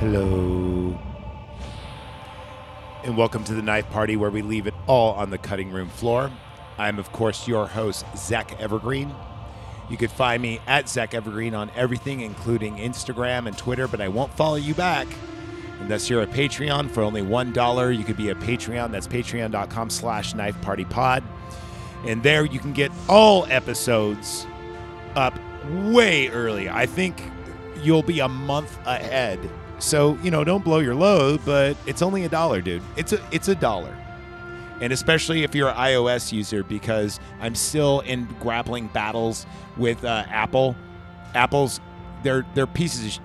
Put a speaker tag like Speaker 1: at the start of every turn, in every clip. Speaker 1: Hello. And welcome to the Knife Party, where we leave it all on the cutting room floor. I'm, of course, your host, Zach Evergreen. You could find me at Zach Evergreen on everything, including Instagram and Twitter, but I won't follow you back unless you're a Patreon for only $1. You could be a Patreon. That's patreon.com slash knife party pod. And there you can get all episodes up way early. I think you'll be a month ahead. So, you know, don't blow your load, but it's only a dollar, dude. It's a it's a dollar. And especially if you're an iOS user because I'm still in grappling battles with uh, Apple. Apple's they're they're pieces of sh-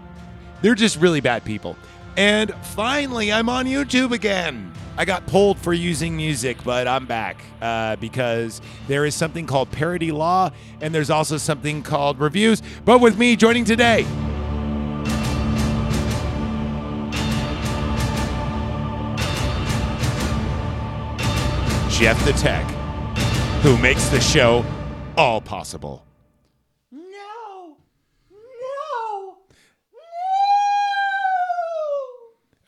Speaker 1: they're just really bad people. And finally, I'm on YouTube again. I got pulled for using music, but I'm back uh, because there is something called parody law, and there's also something called reviews. But with me joining today, Jeff the Tech, who makes the show all possible.
Speaker 2: No! No!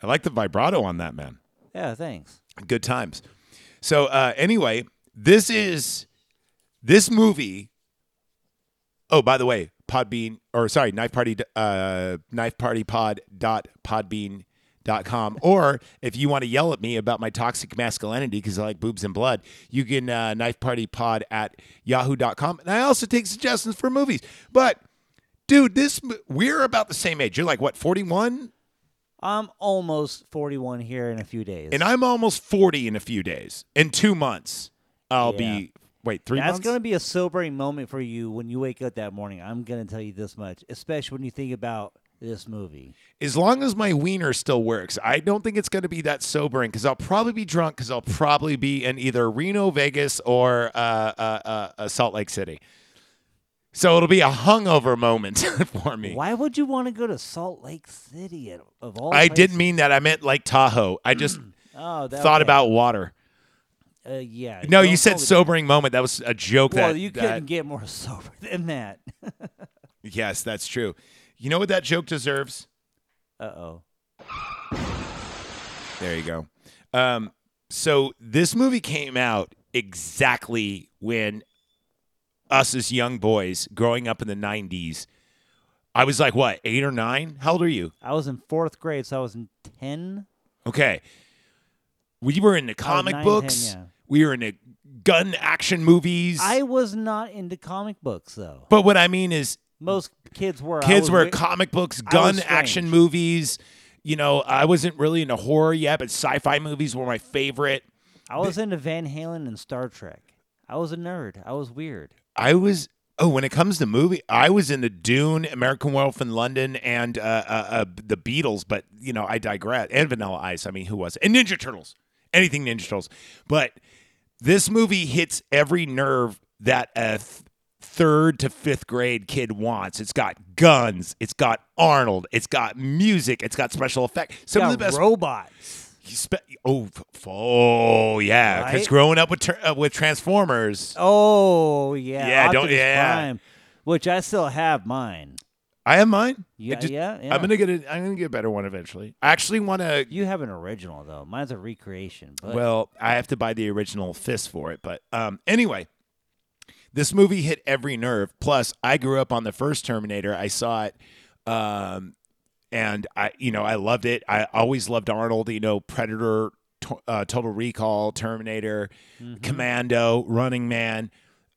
Speaker 1: I like the vibrato on that man.
Speaker 2: Yeah, thanks.
Speaker 1: good times. So uh, anyway, this is this movie. Oh, by the way, Podbean or sorry, knife party uh, knife party pod dot podbean dot com. Or if you want to yell at me about my toxic masculinity because I like boobs and blood, you can uh, knife party pod at yahoo.com. And I also take suggestions for movies. But dude, this m- we're about the same age. You're like what, forty one?
Speaker 2: I'm almost 41 here in a few days.
Speaker 1: And I'm almost 40 in a few days. In two months, I'll
Speaker 2: Yeah.
Speaker 1: be, wait, three
Speaker 2: That's
Speaker 1: months?
Speaker 2: going to be a sobering moment for you when you wake up that morning. I'm going to tell you this much, especially when you think about this movie.
Speaker 1: as long as my wiener still works, I don't think it's going to be that sobering because I'll probably be drunk because I'll probably be in either Reno, Vegas, or uh, uh, uh, uh, Salt Lake City. So it'll be a hungover moment for me.
Speaker 2: Why would you want to go to Salt Lake City at, of all
Speaker 1: I didn't
Speaker 2: places?
Speaker 1: mean that. I meant like Tahoe. I just
Speaker 2: Oh, that,
Speaker 1: thought
Speaker 2: okay.
Speaker 1: about water.
Speaker 2: Uh, yeah.
Speaker 1: No, you
Speaker 2: don't
Speaker 1: said
Speaker 2: totally-
Speaker 1: sobering moment. That was a joke.
Speaker 2: Well,
Speaker 1: that
Speaker 2: you
Speaker 1: that-
Speaker 2: couldn't get more sober than that.
Speaker 1: Yes, that's true. You know what that joke deserves?
Speaker 2: uh oh.
Speaker 1: There you go. Um, so this movie came out exactly when us as young boys growing up in the 90s, I was like, what, eight or nine? How old are you?
Speaker 2: I was in fourth grade, so I was in 10.
Speaker 1: Okay. We were into comic
Speaker 2: Oh, nine, 10,
Speaker 1: books.
Speaker 2: yeah.
Speaker 1: We were into gun action movies.
Speaker 2: I was not into comic books, though.
Speaker 1: but what I mean is,
Speaker 2: Most kids were. I
Speaker 1: kids
Speaker 2: was
Speaker 1: were
Speaker 2: wi-
Speaker 1: comic books,
Speaker 2: I was
Speaker 1: gun action
Speaker 2: strange.
Speaker 1: movies. You know, I wasn't really into horror yet, but sci fi movies were my favorite.
Speaker 2: I was into Van Halen and Star Trek. I was a nerd. I was weird.
Speaker 1: I was oh when it comes to movie, I was into Dune, American Werewolf in London, and uh, uh, uh, the Beatles. But you know, I digress. And Vanilla Ice. I mean, who was and Ninja Turtles? Anything Ninja Turtles. But this movie hits every nerve that a th- third to fifth grade kid wants. It's got guns. It's got Arnold. It's got music. It's got special effects. Some
Speaker 2: yeah,
Speaker 1: of the best
Speaker 2: robots.
Speaker 1: you spe- oh, f- oh yeah, because
Speaker 2: Right?
Speaker 1: growing up with ter- uh, with Transformers,
Speaker 2: Oh yeah.
Speaker 1: Yeah, don't-
Speaker 2: Optimus
Speaker 1: yeah.
Speaker 2: Prime, which I still have mine.
Speaker 1: I have mine.
Speaker 2: Yeah,
Speaker 1: It just-
Speaker 2: yeah, yeah.
Speaker 1: I'm gonna get a, I'm gonna get a better one eventually. I actually want to.
Speaker 2: You have an original though. Mine's a recreation. But
Speaker 1: Well, I have to buy the original fist for it, but um, anyway, this movie hit every nerve. Plus, I grew up on the first Terminator. I saw it, um, and I you know I loved it. I always loved Arnold. You know, Predator, to- uh, Total Recall, Terminator,
Speaker 2: Mm-hmm.
Speaker 1: Commando, Running Man.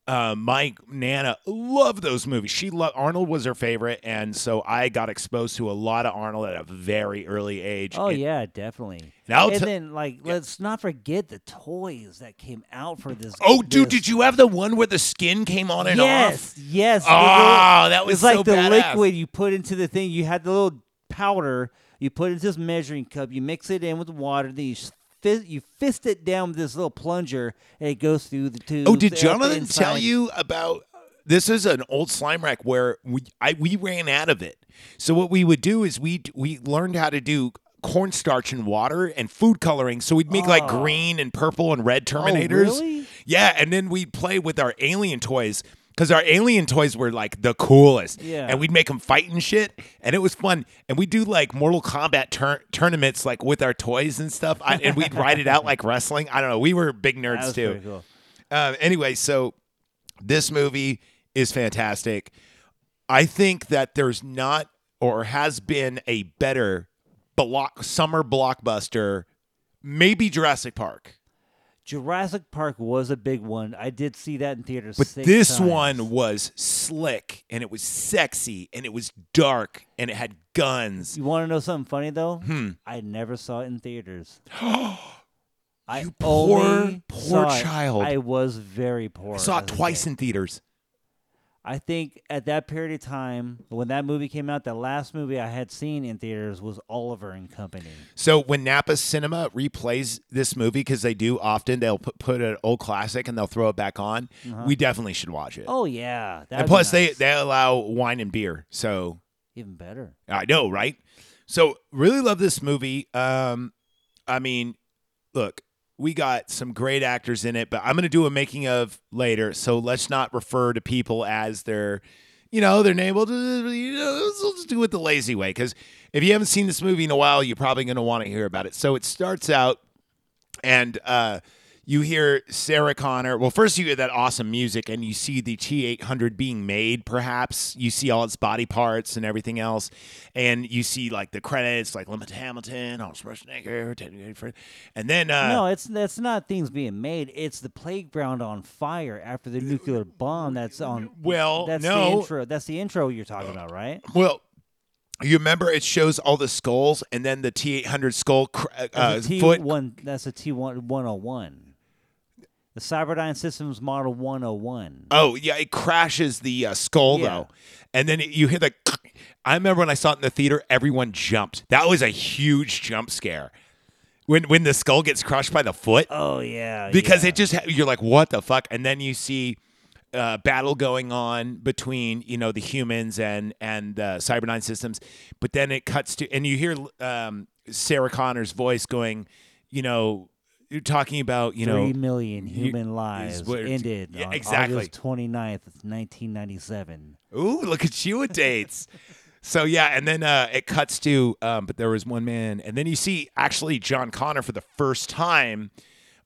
Speaker 1: Uh, my Nana loved those movies. She loved Arnold was her favorite, and so I got exposed to a lot of Arnold at a very early age.
Speaker 2: oh
Speaker 1: And-
Speaker 2: yeah, definitely.
Speaker 1: and I'll
Speaker 2: and
Speaker 1: t-
Speaker 2: then like let's not forget the toys that came out for this.
Speaker 1: Oh, dude,
Speaker 2: this-
Speaker 1: did you have the one where the skin came on and
Speaker 2: Yes, yes. the little-
Speaker 1: off? Oh, that was
Speaker 2: it's like
Speaker 1: so
Speaker 2: the
Speaker 1: badass.
Speaker 2: liquid you put into the thing. You had the little powder. You put it into this measuring cup. You mix it in with water. Then you s- fist, you fist it down with this little plunger, and it goes through the tube.
Speaker 1: Oh, did Jonathan tell you about? This is an old slime rack where we I, we ran out of it. So what we would do is we we learned how to do cornstarch and water and food coloring. So we'd make like
Speaker 2: Oh.
Speaker 1: green and purple and red Terminators.
Speaker 2: really?
Speaker 1: Yeah, and then we'd play with our alien toys. because our alien toys were like the coolest.
Speaker 2: Yeah.
Speaker 1: And we'd make them fight and shit, and it was fun. And we do like Mortal Kombat tur- tournaments like with our toys and stuff, I, and we'd ride it out like wrestling. I don't know. We were big nerds
Speaker 2: That was
Speaker 1: too.
Speaker 2: pretty cool.
Speaker 1: Um, anyway, so this movie is fantastic. I think that there's not or has been a better block summer blockbuster, maybe Jurassic Park.
Speaker 2: Jurassic Park was a big one. I did see that in theaters.
Speaker 1: But
Speaker 2: six
Speaker 1: this
Speaker 2: times.
Speaker 1: one was slick and it was sexy and it was dark and it had guns.
Speaker 2: You want to know something funny though?
Speaker 1: Hmm.
Speaker 2: I never saw it in theaters. I
Speaker 1: You poor,
Speaker 2: only
Speaker 1: poor
Speaker 2: saw it-
Speaker 1: child.
Speaker 2: I was very poor.
Speaker 1: I saw
Speaker 2: as
Speaker 1: it
Speaker 2: a
Speaker 1: twice
Speaker 2: kid.
Speaker 1: in theaters.
Speaker 2: I think at that period of time, when that movie came out, the last movie I had seen in theaters was Oliver and Company.
Speaker 1: So when Napa Cinema replays this movie, because they do often, they'll put, put an old classic and they'll throw it back on. We definitely should watch it.
Speaker 2: Uh-huh. Oh yeah, that
Speaker 1: and plus, they, they allow wine and beer. So
Speaker 2: even better.
Speaker 1: I know, right? So really love this movie. Um, I mean, look, we got some great actors in it, but I'm gonna do a making of later, so let's not refer to people as their, you know, their name. We'll just, you know, let's- let's do it the lazy way, because if you haven't seen this movie in a while, you're probably gonna want to hear about it. So it starts out, and uh, you hear Sarah Connor. Well, first you hear that awesome music, and you see the T800 being made. Perhaps you see all its body parts and everything else, and you see like the credits, like Lemon Hamilton, Arnold Schwarzenegger, Ted Danforth. and then uh,
Speaker 2: no, it's that's not things being made. It's the playground on fire after the nuclear bomb that's on.
Speaker 1: Well,
Speaker 2: that's the
Speaker 1: Oh, no.
Speaker 2: intro. That's the intro you're talking about, right?
Speaker 1: Well, you remember it shows all the skulls, and then the T eight hundred skull cr- uh, uh,
Speaker 2: That's a T
Speaker 1: foot.
Speaker 2: one. That's a T one one hundred one. The Cyberdyne Systems Model one hundred one.
Speaker 1: Oh yeah, it crashes the uh, skull
Speaker 2: Yeah.
Speaker 1: though, and then it, you hear the. I remember when I saw it in the theater, everyone jumped. That was a huge jump scare. When when the skull gets crushed by the foot,
Speaker 2: Oh yeah,
Speaker 1: because
Speaker 2: yeah.
Speaker 1: it just ha- you're like what the fuck, and then you see. Uh, battle going on between you know the humans and and the Cyberdyne systems, but then it cuts to and you hear um, Sarah Connor's voice going, you know, you're talking about you know
Speaker 2: Three million human lives
Speaker 1: what-
Speaker 2: ended
Speaker 1: yeah,
Speaker 2: on
Speaker 1: exactly.
Speaker 2: August 29th, 1997.
Speaker 1: Ooh, look at you with dates. so yeah, and then uh, it cuts to, um, but there was one man, and then you see actually John Connor for the first time,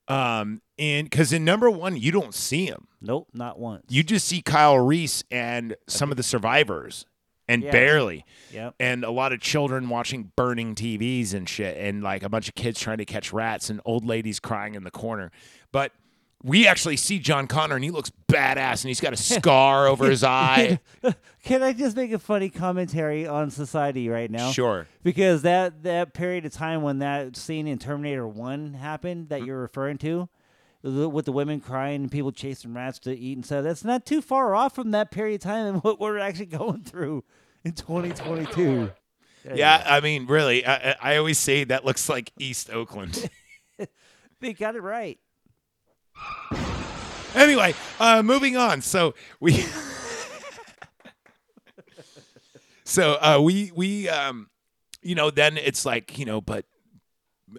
Speaker 1: um, in because in number one you don't see him,
Speaker 2: Nope, not once.
Speaker 1: you just see Kyle Reese and some of the survivors, and
Speaker 2: Yeah.
Speaker 1: barely,
Speaker 2: Yep.
Speaker 1: and a lot of children watching burning TVs and shit, and like a bunch of kids trying to catch rats and old ladies crying in the corner, but. We actually see John Connor and he looks badass and he's got a scar over his eye.
Speaker 2: Can I just make a funny commentary on society right now?
Speaker 1: Sure.
Speaker 2: Because that that period of time when that scene in Terminator One happened
Speaker 1: Mm-hmm.
Speaker 2: that you're referring to, the- with the women crying and people chasing rats to eat and stuff, that's not too far off from that period of time and what we're actually going through in 2022.
Speaker 1: Yeah, I mean, really, I, I- I always say that looks like East Oakland.
Speaker 2: They got it right.
Speaker 1: anyway, uh, moving on. So we, so uh, we we um, you know, then it's like you know, but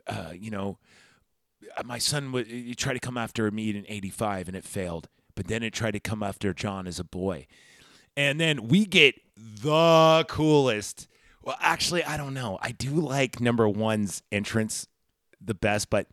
Speaker 1: uh, you know, uh, my son would he tried to come after me in '85 and it failed, but then it tried to come after John as a boy, and then we get the coolest. Well, actually, I don't know. I do like number one's entrance the best, but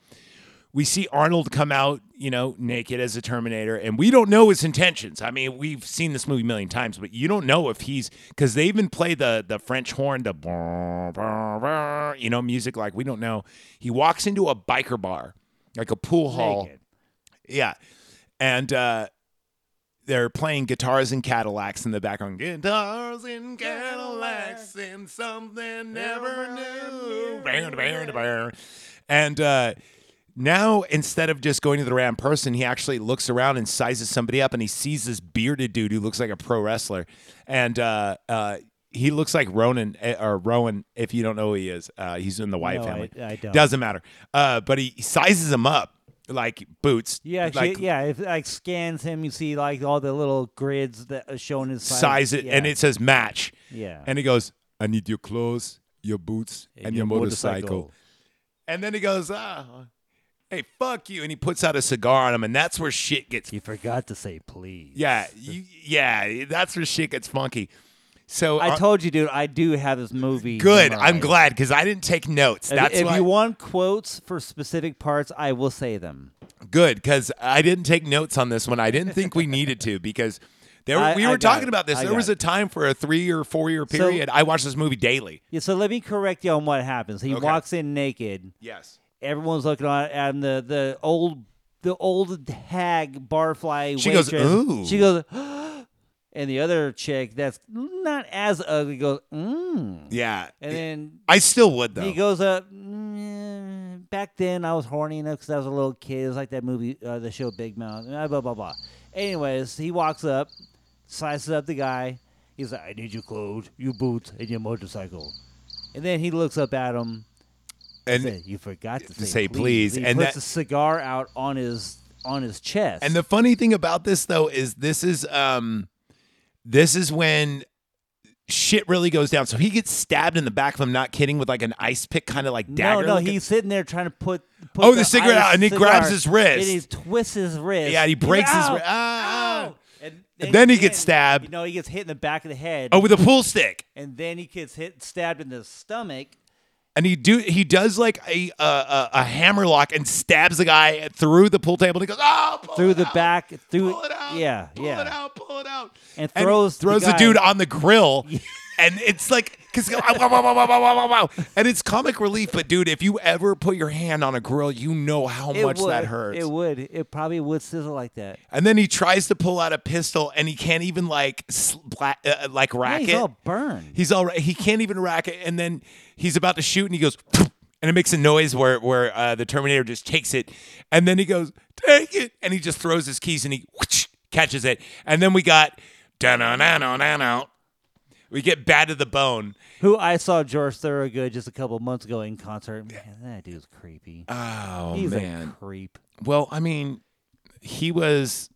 Speaker 1: we see Arnold come out, you know, naked as a Terminator, and we don't know his intentions. I mean, we've seen this movie a million times, but you don't know if he's because they even play the the French horn, the brr, brr, brr, you know music. Like we don't know. He walks into a biker bar, like a pool hall.
Speaker 2: Naked.
Speaker 1: Yeah. And uh, they're playing guitars and Cadillacs in the background. Guitars and Cadillacs and something never new. Bam, bam, bam. And uh, now, instead of just going to the random person, he actually looks around and sizes somebody up and he sees this bearded dude who looks like a pro wrestler. And uh, uh, he looks like Ronan, eh, or Rowan, if you don't know who he is. Uh, he's in the Wyatt
Speaker 2: No, I-
Speaker 1: family.
Speaker 2: I don't.
Speaker 1: Doesn't matter. Uh, but he sizes him up like boots.
Speaker 2: Yeah, actually,
Speaker 1: like
Speaker 2: yeah. If like scans him, you see like all the little grids that are shown his size.
Speaker 1: size it, and
Speaker 2: Yeah,
Speaker 1: it says match.
Speaker 2: yeah.
Speaker 1: And he goes, "I need your clothes, your boots, and, your, motorcycle. And then he goes, "Ah, hey, fuck you. And he puts out a cigar on him, and that's where shit gets.
Speaker 2: You forgot to say please.
Speaker 1: Yeah, you, yeah, that's where shit gets funky. So
Speaker 2: I
Speaker 1: uh,
Speaker 2: told you, dude, I do have this movie.
Speaker 1: good. I'm
Speaker 2: memorized.
Speaker 1: glad because I didn't take notes.
Speaker 2: If,
Speaker 1: That's
Speaker 2: if
Speaker 1: why,
Speaker 2: you want quotes for specific parts, I will say them.
Speaker 1: good because I didn't take notes on this one. I didn't think we needed to because there
Speaker 2: I-
Speaker 1: we
Speaker 2: I
Speaker 1: were
Speaker 2: got
Speaker 1: talking
Speaker 2: it.
Speaker 1: about this.
Speaker 2: I
Speaker 1: there
Speaker 2: got
Speaker 1: was
Speaker 2: it.
Speaker 1: a time for a three or four year
Speaker 2: So-
Speaker 1: period. I watched this movie daily.
Speaker 2: Yeah, so let me correct you on what happens. He
Speaker 1: Okay.
Speaker 2: walks in naked.
Speaker 1: Yes.
Speaker 2: Everyone's looking on at him. The the old the old hag barfly.
Speaker 1: She goes,
Speaker 2: waitress,
Speaker 1: "Ooh."
Speaker 2: She goes. And the other chick that's not as ugly goes, mm.
Speaker 1: Yeah. Oh.
Speaker 2: and then
Speaker 1: I still would though.
Speaker 2: He goes up. "Mm, Back then, I was horny enough because I was a little kid. It was like that movie, uh, the show Big Mouth. Blah blah blah. blah. Anyways, he walks up, slices up the guy. He's like, "I need your clothes, your boots, and your motorcycle." And then he looks up at him.
Speaker 1: and
Speaker 2: Said, you forgot to say,
Speaker 1: say please,"
Speaker 2: He
Speaker 1: and
Speaker 2: puts
Speaker 1: that-
Speaker 2: a cigar out on his on his chest.
Speaker 1: And the funny thing about this though is this is um this is when shit really goes down. So he gets stabbed in the back if I'm not kidding with like an ice pick kind of like
Speaker 2: no,
Speaker 1: dagger.
Speaker 2: no,
Speaker 1: looking-
Speaker 2: he's sitting there trying to put. put
Speaker 1: Oh, the cigarette
Speaker 2: ice
Speaker 1: out, and he
Speaker 2: cigar-
Speaker 1: grabs his wrist.
Speaker 2: And he twists his wrist.
Speaker 1: Yeah, he breaks his
Speaker 2: "Ow!
Speaker 1: wri- ah,
Speaker 2: Ow!" And
Speaker 1: then he
Speaker 2: again,
Speaker 1: gets stabbed.
Speaker 2: You know, he gets hit in the back of the head.
Speaker 1: Oh, with a pool stick.
Speaker 2: and then he gets hit, stabbed in the stomach.
Speaker 1: And he do he does like a a, a, a hammer lock and stabs the guy through the pool table and he goes, Oh pull
Speaker 2: Through
Speaker 1: it
Speaker 2: the
Speaker 1: out,
Speaker 2: back, through
Speaker 1: Pull it out.
Speaker 2: yeah,
Speaker 1: Pull
Speaker 2: yeah.
Speaker 1: it out, pull it out.
Speaker 2: And
Speaker 1: he
Speaker 2: throws the
Speaker 1: throws the,
Speaker 2: guy-
Speaker 1: dude on the grill. And it's like, because, and it's comic relief, but dude, if you ever put your hand on a grill, you know how
Speaker 2: It
Speaker 1: much
Speaker 2: would,
Speaker 1: that hurts.
Speaker 2: It would. It probably would sizzle like that.
Speaker 1: and then he tries to pull out a pistol, and he can't even like sla- uh, like
Speaker 2: Yeah,
Speaker 1: rack
Speaker 2: he's
Speaker 1: it.
Speaker 2: all burned.
Speaker 1: He's all right. He can't even rack it, and then he's about to shoot, and he goes, and it makes a noise where where uh, the Terminator just takes it, and then he goes, take it, and he just throws his keys, and he catches it, and then we got da na na na na na. We get bad to the bone.
Speaker 2: Who I saw George Thorogood just a couple months ago in concert. Man, that dude's creepy.
Speaker 1: Oh
Speaker 2: he's
Speaker 1: man.
Speaker 2: a creep.
Speaker 1: well, I mean, he was.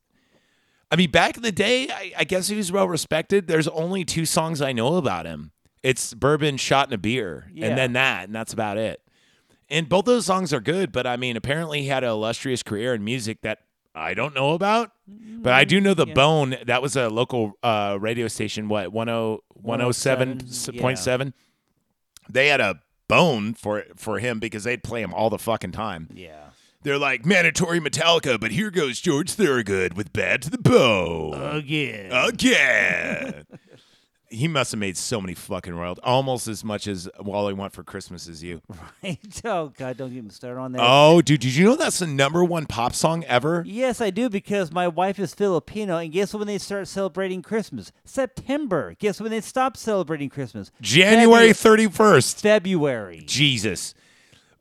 Speaker 1: I mean, back in the day, I, I guess he was well respected. There's only two songs I know about him. It's bourbon shot in a beer,
Speaker 2: Yeah.
Speaker 1: and then that, and that's about it. And both those songs are good, but I mean, apparently he had an illustrious career in music that I don't know about, but I do know the
Speaker 2: yeah.
Speaker 1: Bone. That was a local uh, radio station. What oh, 10- 107.7? They had a Bone for for him because they'd play him all the fucking time.
Speaker 2: Yeah.
Speaker 1: They're like mandatory Metallica, but here goes George Thorogood with "Bad to the Bone"
Speaker 2: Again.
Speaker 1: Uh, again. he must have made so many fucking royalties, almost as much as "All I Want for Christmas Is You."
Speaker 2: oh God, don't get me started on that.
Speaker 1: Oh, dude, did you know that's the number one pop song ever?
Speaker 2: Yes, I do because my wife is Filipino, and guess when they start celebrating Christmas? September. Guess when they stop celebrating Christmas?
Speaker 1: January
Speaker 2: February.
Speaker 1: thirty first.
Speaker 2: February.
Speaker 1: Jesus.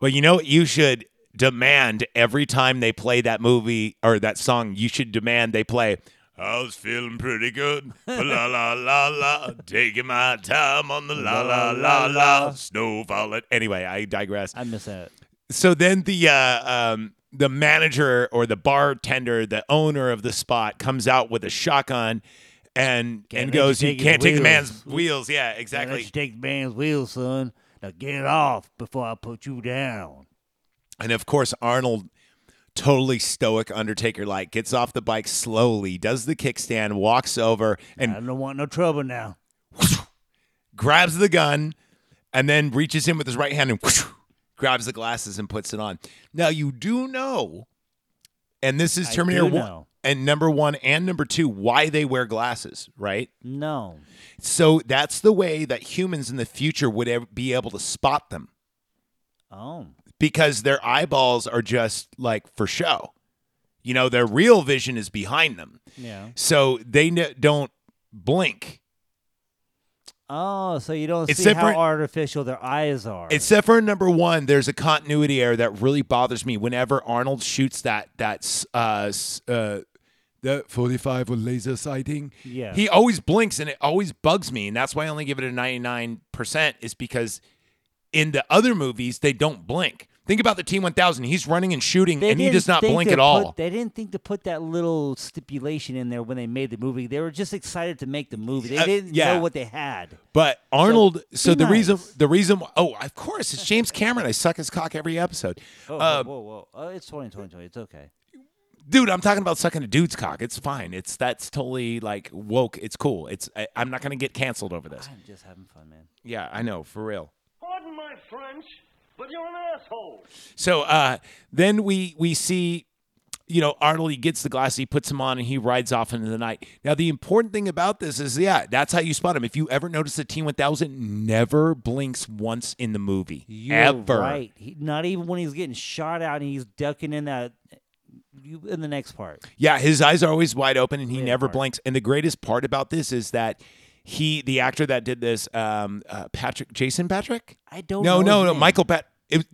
Speaker 1: Well, you know what? You should demand every time they play that movie or that song, you should demand they play. I was feeling pretty good. La la la la. Taking my time on the la la la la. Snow falling. Anyway, I digress.
Speaker 2: I miss that.
Speaker 1: So then the uh, um, the manager or the bartender, the owner of the spot, comes out with a shotgun and
Speaker 2: Can't
Speaker 1: and
Speaker 2: let you
Speaker 1: goes, "You
Speaker 2: take his
Speaker 1: can't take the
Speaker 2: wheels."
Speaker 1: man's wheels." Yeah,
Speaker 2: Now let
Speaker 1: exactly.
Speaker 2: you take the man's wheel, son. Now get off before I put you down.
Speaker 1: And of course, Arnold, totally stoic Undertaker like, gets off the bike slowly, does the kickstand, walks over,
Speaker 2: I
Speaker 1: and
Speaker 2: don't want no trouble now.
Speaker 1: grabs the gun, and then reaches in with his right hand and grabs the glasses and puts it on. Now, you do know, and this is
Speaker 2: I
Speaker 1: Terminator
Speaker 2: do
Speaker 1: 1
Speaker 2: know.
Speaker 1: and number one and number two, why they wear glasses, right?
Speaker 2: No.
Speaker 1: So that's the way that humans in the future would ev- be able to spot them
Speaker 2: Oh.
Speaker 1: because their eyeballs are just like for show. You know, their real vision is behind them.
Speaker 2: Yeah.
Speaker 1: So they n- don't blink,
Speaker 2: Oh, so you don't
Speaker 1: It's
Speaker 2: see
Speaker 1: different-
Speaker 2: how artificial their eyes are.
Speaker 1: except for number one. There's a continuity error that really bothers me. Whenever Arnold shoots that that's uh, s- uh, the 45 with laser sighting,
Speaker 2: Yeah.
Speaker 1: he always blinks, and it always bugs me. And that's why I only give it a 99 percent is because in the other movies they don't blink. Think about the T1000. He's running and shooting,
Speaker 2: They
Speaker 1: and he
Speaker 2: didn't
Speaker 1: does not
Speaker 2: think
Speaker 1: blink
Speaker 2: to
Speaker 1: at all.
Speaker 2: put- they didn't think to put that little stipulation in there when they made the movie. They were just excited to make the movie. They
Speaker 1: Uh,
Speaker 2: didn't
Speaker 1: yeah.
Speaker 2: know what they had.
Speaker 1: But Arnold, so,
Speaker 2: be
Speaker 1: the reason,
Speaker 2: nice.
Speaker 1: the reason, oh, of course, it's James Cameron. I suck his cock every episode.
Speaker 2: Oh,
Speaker 1: Uh,
Speaker 2: whoa, whoa, whoa! Uh, it's 2020. It's okay.
Speaker 1: dude, I'm talking about sucking a dude's cock. It's fine. It's that's totally like woke. It's cool. It's I, I'm not gonna get canceled over this.
Speaker 2: I'm just having fun, man.
Speaker 1: Yeah, I know for real.
Speaker 3: Pardon my French, but you're an asshole.
Speaker 1: So uh, then we we see, you know, Arnold. He gets the glasses, he puts them on, and he rides off into the night. Now the important thing about this is, yeah, that's how you spot him. If you ever notice, the T1000 never blinks once in the movie.
Speaker 2: You're
Speaker 1: ever.
Speaker 2: right. He, not even when he's getting shot out and he's ducking in that. You in the next part.
Speaker 1: Yeah, his eyes are always wide open, and he
Speaker 2: Yeah,
Speaker 1: never
Speaker 2: part.
Speaker 1: blinks. And the greatest part about this is that he, the actor that did this, um, uh, Patrick, Jason Patrick.
Speaker 2: I don't.
Speaker 1: no,
Speaker 2: know
Speaker 1: no,
Speaker 2: his
Speaker 1: no,
Speaker 2: name.
Speaker 1: Michael Pat. It,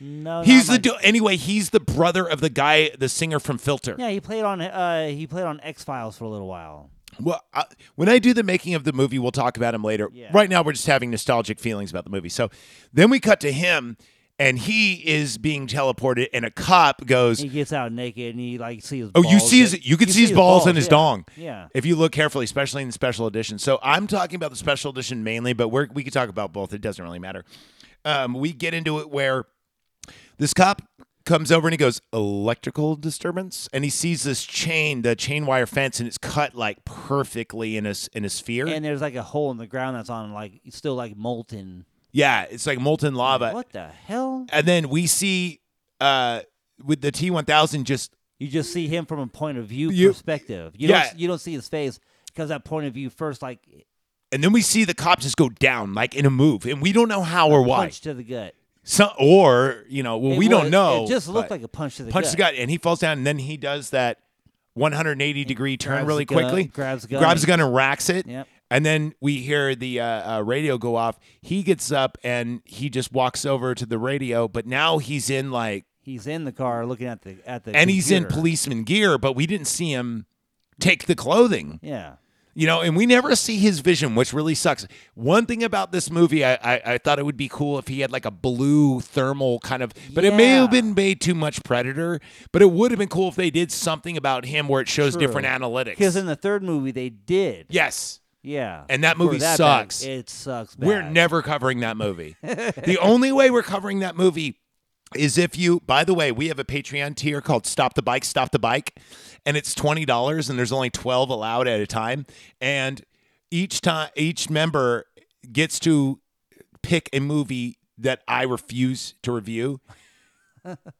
Speaker 2: No, not
Speaker 1: he's the
Speaker 2: Mike.
Speaker 1: du- anyway. He's the brother of the guy, the singer from Filter.
Speaker 2: Yeah, he played on. Uh, he played on X Files for a little while.
Speaker 1: Well, I, when I do the making of the movie, we'll talk about him later.
Speaker 2: Yeah.
Speaker 1: Right now, we're just having nostalgic feelings about the movie. So then we cut to him, and he is being teleported, and a cop goes,
Speaker 2: He gets out naked and he like sees.
Speaker 1: Oh, you see his, you can see, his balls, and his
Speaker 2: yeah.
Speaker 1: dong.
Speaker 2: Yeah.
Speaker 1: If you look carefully, especially in the special edition. So I'm talking about the special edition mainly, but we're, we could talk about both. It doesn't really matter. Um, we get into it where this cop comes over and he goes, electrical disturbance. And he sees this chain, the chain wire fence, and it's cut like perfectly in a, s- in a sphere.
Speaker 2: And there's like a hole in the ground that's on like it's still like molten.
Speaker 1: yeah, it's like molten lava.
Speaker 2: what the hell?
Speaker 1: And then we see uh, with the T1000 just
Speaker 2: You just see him from a point of view
Speaker 1: You-
Speaker 2: perspective. You
Speaker 1: Yeah.
Speaker 2: don't you don't see his face because that point of view first like
Speaker 1: and then we see the cop just go down like in a move and we don't know how or why
Speaker 2: punch to the gut.
Speaker 1: Some, or you know, well,
Speaker 2: It
Speaker 1: we
Speaker 2: was-
Speaker 1: don't know.
Speaker 2: It just looked
Speaker 1: but
Speaker 2: like a punch to the
Speaker 1: punch
Speaker 2: gut.
Speaker 1: the gut, and he falls down, and then he does that 180 degree turn
Speaker 2: grabs
Speaker 1: really
Speaker 2: the gun-
Speaker 1: quickly.
Speaker 2: grabs the gun.
Speaker 1: grabs the gun, and racks it.
Speaker 2: Yep.
Speaker 1: And then we hear the uh, uh, radio go off. He gets up and he just walks over to the radio, but now he's in like,
Speaker 2: He's in the car looking at the at the
Speaker 1: and he's in
Speaker 2: computer.
Speaker 1: policeman gear, but we didn't see him take the clothing.
Speaker 2: Yeah.
Speaker 1: You know, and we never see his vision, which really sucks. One thing about this movie, I, I, I thought it would be cool if he had like a blue thermal kind of, but it may have
Speaker 2: Yeah.
Speaker 1: been made too much Predator. But it would have been cool if they did something about him where it shows
Speaker 2: True.
Speaker 1: different analytics.
Speaker 2: Because in the third movie they did.
Speaker 1: yes,
Speaker 2: Yeah.
Speaker 1: And that
Speaker 2: For
Speaker 1: movie
Speaker 2: that bad,
Speaker 1: sucks.
Speaker 2: it sucks.
Speaker 1: we're
Speaker 2: bad.
Speaker 1: never covering that movie. the only way we're covering that movie is if you. By the way, we have a Patreon tier called "Stop the Bike, Stop the Bike," and it's twenty dollars, and there's only twelve allowed at a time, and each time each member gets to pick a movie that I refuse to review.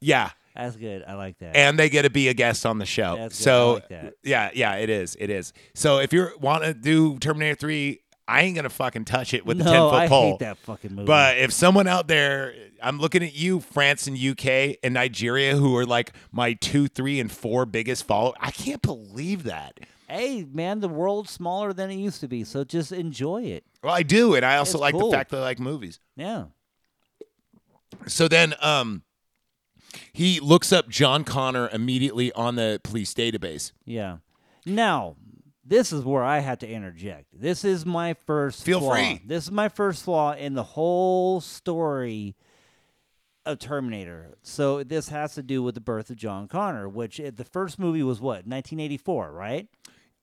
Speaker 1: yeah,
Speaker 2: That's good. I like that.
Speaker 1: and they get to be a guest on the show.
Speaker 2: That's good.
Speaker 1: so
Speaker 2: I like that.
Speaker 1: yeah, yeah, it is, it is. So if you want to do Terminator Three, I ain't gonna fucking touch it with
Speaker 2: no,
Speaker 1: a ten foot
Speaker 2: I
Speaker 1: pole.
Speaker 2: hate that fucking movie.
Speaker 1: But if someone out there, I'm looking at you, France and UK and Nigeria, who are like my two, three, and four biggest follow. I can't believe that.
Speaker 2: hey, man, the world's smaller than it used to be, so just enjoy it.
Speaker 1: Well, I do, and I also
Speaker 2: It's
Speaker 1: like
Speaker 2: cool.
Speaker 1: the fact that I like movies.
Speaker 2: Yeah.
Speaker 1: So then, um, he looks up John Connor immediately on the police database.
Speaker 2: Yeah. Now, this is where I had to interject. This is my first
Speaker 1: Feel
Speaker 2: flaw.
Speaker 1: free.
Speaker 2: This is my first flaw in the whole story of Terminator. So this has to do with the birth of John Connor, which uh, the first movie was what 1984, right?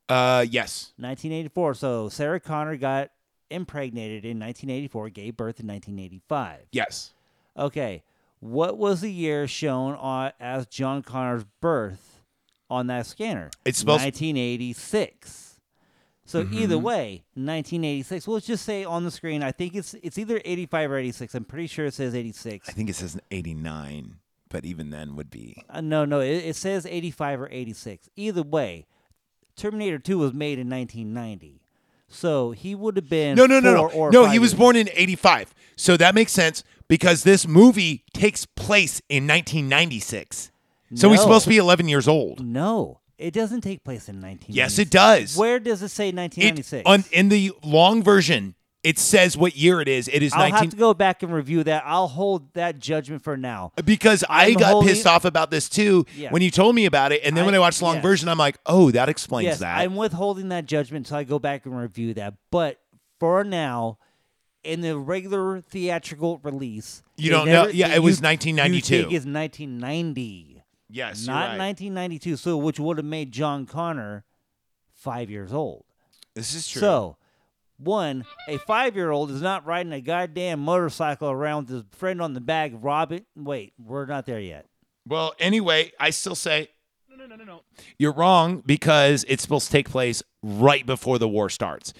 Speaker 1: Uh, yes,
Speaker 2: 1984. So Sarah Connor got impregnated in 1984, gave birth in 1985.
Speaker 1: yes.
Speaker 2: Okay, what was the year shown on, as John Connor's birth on that scanner?
Speaker 1: It's supposed-
Speaker 2: 1986. So
Speaker 1: Mm-hmm.
Speaker 2: either way, 1986. Well, let's just say on the screen. I think it's it's either 85 or 86. I'm pretty sure it says 86.
Speaker 1: I think it says 89, but even then would be.
Speaker 2: Uh, no, no, it, it says 85 or 86. Either way, Terminator 2 was made in 1990. So he would have been
Speaker 1: No, no, no,
Speaker 2: four
Speaker 1: no. No,
Speaker 2: or five
Speaker 1: he was
Speaker 2: years.
Speaker 1: born in 85. So that makes sense because this movie takes place in 1996. So he's
Speaker 2: No.
Speaker 1: supposed to be 11 years old.
Speaker 2: No, it doesn't take place in 1996.
Speaker 1: Yes, it does.
Speaker 2: Where does it say 1996?
Speaker 1: It, on, in the long version, it says what year it is. It is
Speaker 2: I'll
Speaker 1: 19.
Speaker 2: have to go back and review that. I'll hold that judgment for now.
Speaker 1: because I
Speaker 2: I'm
Speaker 1: got
Speaker 2: holding-
Speaker 1: pissed off about this too
Speaker 2: e- Yeah.
Speaker 1: when you told me about it. And then
Speaker 2: I-
Speaker 1: when I watched the long
Speaker 2: yes.
Speaker 1: version, I'm like, oh, that explains
Speaker 2: Yes,
Speaker 1: that.
Speaker 2: I'm withholding that judgment until I go back and review that. But for now, in the regular theatrical release.
Speaker 1: You
Speaker 2: they
Speaker 1: don't know-
Speaker 2: never-
Speaker 1: yeah,
Speaker 2: they-
Speaker 1: it was
Speaker 2: you-
Speaker 1: 1992.
Speaker 2: You think it's 1990,
Speaker 1: Yes, you're
Speaker 2: not
Speaker 1: right.
Speaker 2: 1992. So, which would have made John Connor five years old.
Speaker 1: This is true.
Speaker 2: So, one, a five-year-old is not riding a goddamn motorcycle around with his friend on the back. Robin, wait, we're not there yet.
Speaker 1: well, anyway, I still say You're wrong because it's supposed to take place right before the war starts.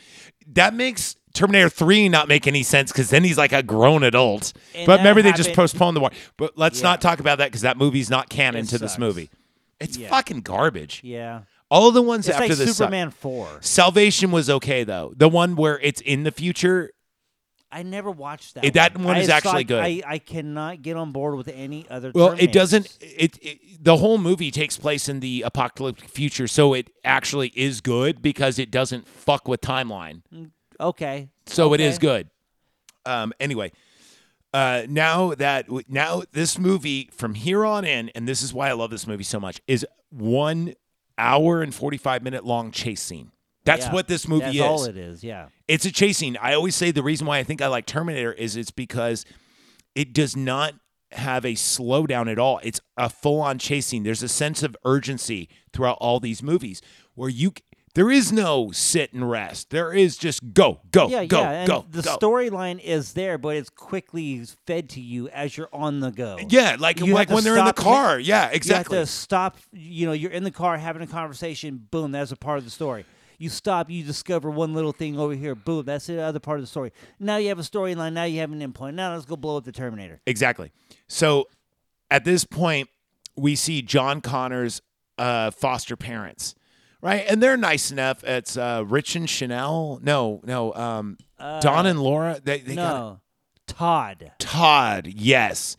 Speaker 1: That makes Terminator 3 not make any sense because then he's like a grown adult.
Speaker 2: And
Speaker 1: but
Speaker 2: that
Speaker 1: remember, they just
Speaker 2: happened-
Speaker 1: postponed the war. But let's
Speaker 2: Yeah.
Speaker 1: not talk about that because that movie's not canon
Speaker 2: It
Speaker 1: to this
Speaker 2: sucks.
Speaker 1: movie. It's
Speaker 2: Yeah.
Speaker 1: fucking garbage.
Speaker 2: Yeah,
Speaker 1: All of the ones
Speaker 2: it's
Speaker 1: after
Speaker 2: like
Speaker 1: this. suck.
Speaker 2: Superman four.
Speaker 1: Salvation was okay, though. The one where it's in the future.
Speaker 2: I never watched that.
Speaker 1: Eh, that one
Speaker 2: I
Speaker 1: is
Speaker 2: saw-
Speaker 1: actually good.
Speaker 2: I, I cannot get on board with any other.
Speaker 1: Well, it doesn't.
Speaker 2: Terminators.
Speaker 1: It, it the whole movie takes place in the apocalyptic future, so it actually is good because it doesn't fuck with timeline.
Speaker 2: Okay.
Speaker 1: So it is
Speaker 2: Okay.
Speaker 1: good. Um, anyway, uh, now that now this movie from here on in, and this is why I love this movie so much, is one hour and forty five minute long chase scene. That's
Speaker 2: Yeah.
Speaker 1: what this movie
Speaker 2: That's
Speaker 1: is.
Speaker 2: all it is. Yeah.
Speaker 1: It's a chase scene. I always say the reason why I think I like Terminator is it's because it does not have a slowdown at all. It's a full on chase scene. There's a sense of urgency throughout all these movies where you there is no sit and rest. There is just go, go,
Speaker 2: yeah.
Speaker 1: go,
Speaker 2: yeah. And
Speaker 1: go.
Speaker 2: the
Speaker 1: go.
Speaker 2: storyline is there, but it's quickly fed to you as you're on the go.
Speaker 1: Yeah, like
Speaker 2: You have
Speaker 1: like
Speaker 2: to
Speaker 1: when they're in the
Speaker 2: stop and make-
Speaker 1: car. Yeah,
Speaker 2: You
Speaker 1: exactly.
Speaker 2: have to stop. You know, you're in the car having a conversation. Boom, that's a part of the story. You stop. You discover one little thing over here. Boom, that's the other part of the story. Now you have a storyline. Now you have an endpoint. Now let's go blow up the Terminator.
Speaker 1: Exactly. So at this point, we see John Connor's uh, foster parents, right? And they're nice enough. It's uh, Rich and Chanel. No, no. Um, Don and Laura. They, they got
Speaker 2: Uh, no, Todd.
Speaker 1: Todd. Yes.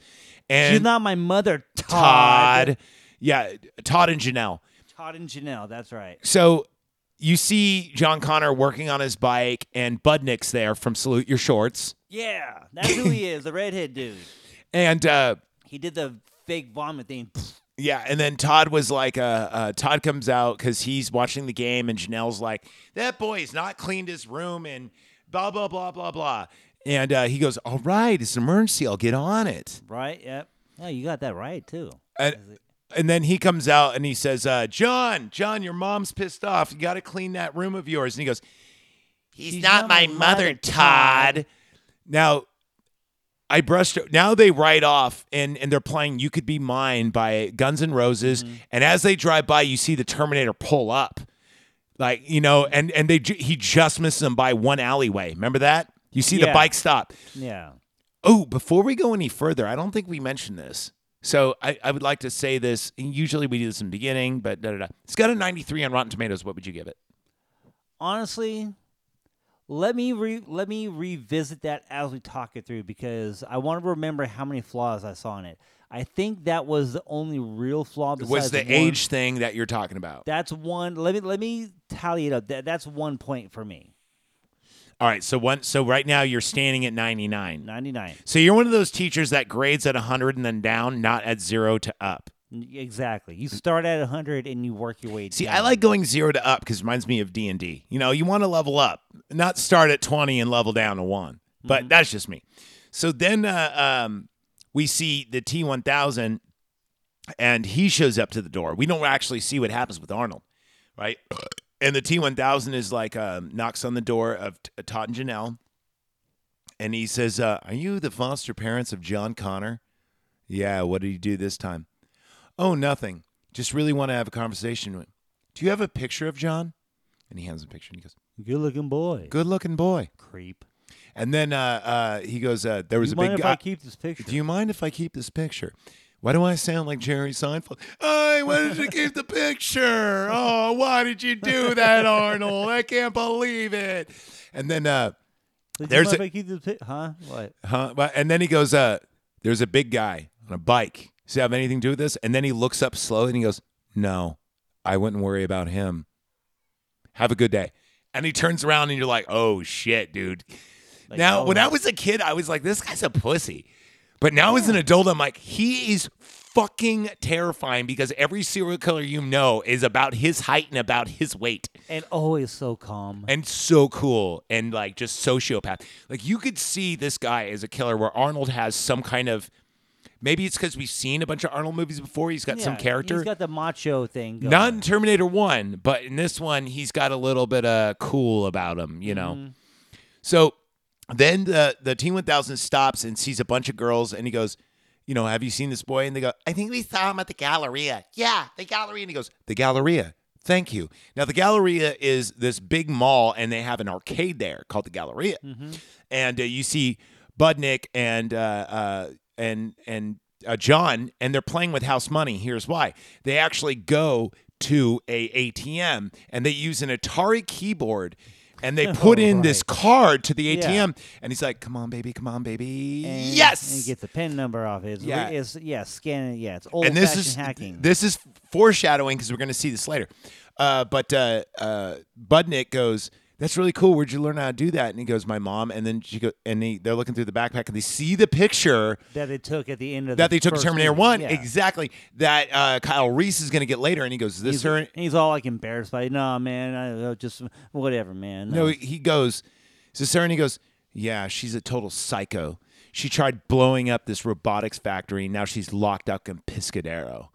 Speaker 1: And
Speaker 2: She's not my mother. Todd.
Speaker 1: Todd. Yeah, Todd and Janelle.
Speaker 2: Todd and Janelle. That's right.
Speaker 1: So you see John Connor working on his bike, and Budnick's there from Salute Your Shorts.
Speaker 2: Yeah, that's who he is. The redhead dude.
Speaker 1: And uh,
Speaker 2: He did the fake vomit thing.
Speaker 1: Yeah, and then Todd was like, uh, uh, Todd comes out because he's watching the game, and Janelle's like, that boy has not cleaned his room, and blah blah blah blah blah. And uh, he goes, all right, it's an emergency. I'll get on it.
Speaker 2: Right. Yep. Oh, you got that right too.
Speaker 1: And, and then he comes out and he says, uh, John, John, your mom's pissed off. You got to clean that room of yours. And he goes, he's,
Speaker 2: She's
Speaker 1: not, my, mother, Todd. Now. I brushed. Now they write off, and and they're playing "You Could Be Mine" by Guns N' Roses. And as they drive by, you see the Terminator pull up, like you know, and and they ju- he just misses them by one alleyway. Remember that? You see the
Speaker 2: Yeah.
Speaker 1: bike stop.
Speaker 2: Yeah.
Speaker 1: Oh, before we go any further, I don't think we mentioned this. So I, I would like to say this. and Usually we do this in the beginning, but da da da. It's got a 93 on Rotten Tomatoes. What would you give it?
Speaker 2: honestly, let me re- let me revisit that as we talk it through because I want to remember how many flaws I saw in it. I think that was the only real flaw.
Speaker 1: It
Speaker 2: Besides
Speaker 1: was the
Speaker 2: one-
Speaker 1: age thing that you're talking about.
Speaker 2: That's one. Let me let me tally it up. That that's one point for me.
Speaker 1: All right. So one. So right now you're standing at 99.
Speaker 2: Ninety nine.
Speaker 1: So you're one of those teachers that grades at 100 and then down, not at zero to up.
Speaker 2: Exactly. You start at hundred and you work your way.
Speaker 1: See,
Speaker 2: down.
Speaker 1: I like going zero to up because it reminds me of D and D. You know, you want to level up, not start at 20 and level down to one. But that's just me. So then uh, um, we see the T1000, and he shows up to the door. We don't actually see what happens with Arnold, right? And the T1000 is like um, knocks on the door of T- uh, Todd and Janelle, and he says, uh, "Are you the foster parents of John Connor?" Yeah. What did you do this time? Oh, nothing. Just really want to have a conversation with. Do you have a picture of John? And he hands him a picture and he goes,
Speaker 2: good looking boy.
Speaker 1: "Good looking boy."
Speaker 2: creep.
Speaker 1: And then uh, uh, he goes, uh, "There was
Speaker 2: you
Speaker 1: a
Speaker 2: mind
Speaker 1: big
Speaker 2: if
Speaker 1: guy.
Speaker 2: I keep this picture?
Speaker 1: Do you mind if I keep this picture? Why do I sound like Jerry Seinfeld? I wanted to keep the picture. Oh, why did you do that, Arnold? I can't believe it." And then, uh,
Speaker 2: Do you
Speaker 1: there's
Speaker 2: mind
Speaker 1: a-
Speaker 2: if I keep this pic- huh? What?
Speaker 1: huh? But- And then he goes, uh, "There's a big guy on a bike. Does he have anything to do with this?" And then he looks up slowly and he goes, "No, I wouldn't worry about him. Have a good day." And he turns around and you're like, "Oh shit, dude."
Speaker 2: Like,
Speaker 1: now,
Speaker 2: oh
Speaker 1: when
Speaker 2: my-
Speaker 1: I was a kid, I was like, "This guy's a pussy," but now as an adult, I'm like, "He is fucking terrifying because every serial killer you know is about his height and about his weight
Speaker 2: and always so calm.
Speaker 1: and so cool and like just sociopath. Like you could see this guy as a killer where Arnold has some kind of maybe it's because we've seen a bunch of Arnold movies before. He's got some
Speaker 2: Yeah,
Speaker 1: character.
Speaker 2: He's got the macho thing. Going.
Speaker 1: Not in Terminator 1, but in this one, he's got a little bit of cool about him, you
Speaker 2: Mm-hmm.
Speaker 1: know? So then the, the Team 1000 stops and sees a bunch of girls, and he goes, You know, have you seen this boy? And they go, I think we saw him at the Galleria. Yeah, the Galleria. And he goes, The Galleria. Thank you. Now, the Galleria is this big mall, and they have an arcade there called the Galleria. And uh, you see Budnick and, uh, uh, and, and, uh, John, and they're playing with house money. Here's why: they actually go to a ATM and they use an Atari keyboard, and they put in this card to the
Speaker 2: Yeah.
Speaker 1: ATM. And he's like, "Come on, baby, come on, baby,
Speaker 2: And,
Speaker 1: yes."
Speaker 2: And get the pin number off. It's
Speaker 1: Yeah.
Speaker 2: yeah. It's, yeah. Scan it. Yeah. It's old
Speaker 1: And this is
Speaker 2: hacking.
Speaker 1: this is foreshadowing because we're going to see this later. Uh, but uh, uh, Budnick goes. That's really cool. Where'd you learn how to do that? And he goes, "My mom." And then she go, and he, they're looking through the backpack, and they see the picture
Speaker 2: that they took at the end of
Speaker 1: that
Speaker 2: the
Speaker 1: they took to
Speaker 2: first
Speaker 1: Terminator
Speaker 2: movie.
Speaker 1: One.
Speaker 2: Yeah.
Speaker 1: Exactly that uh, Kyle Reese is going to get later, and he goes, "This
Speaker 2: He's,
Speaker 1: her."
Speaker 2: he's all like embarrassed by. Nah, man. I I just whatever, man.
Speaker 1: No, he goes, "Is this her?" And he goes, "Yeah, she's a total psycho. She tried blowing up this robotics factory, and now she's locked up in Piscadero."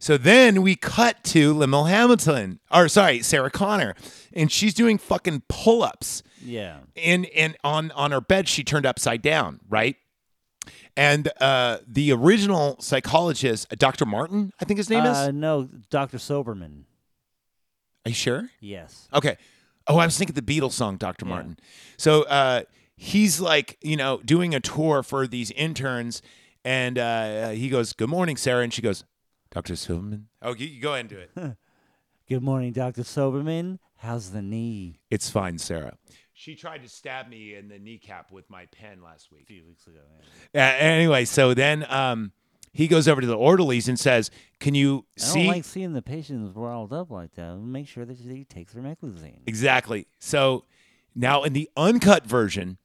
Speaker 1: So then we cut to Limmel Hamilton, or sorry, Sarah Connor, and she's doing fucking pull-ups.
Speaker 2: Yeah.
Speaker 1: and and on on her bed she turned upside down right and uh the original psychologist uh, dr martin i think his name
Speaker 2: Uh,
Speaker 1: is
Speaker 2: no, Doctor Soberman.
Speaker 1: are you sure
Speaker 2: Yes.
Speaker 1: okay oh i was thinking the beatles song dr martin so uh he's like you know doing a tour for these interns and uh he goes good morning sarah and she goes dr silverman oh you, you go ahead and do it
Speaker 2: Good morning, Doctor Soberman. How's the knee?
Speaker 1: it's fine sarah she tried to stab me in the kneecap with my pen last week
Speaker 2: A few weeks ago. Man.
Speaker 1: Uh, anyway, so then um, he goes over to the orderlies and says, "Can you
Speaker 2: I
Speaker 1: see
Speaker 2: don't like seeing the patients riled up like that. Make sure that he takes their meclizine.
Speaker 1: exactly?" So now in the uncut version,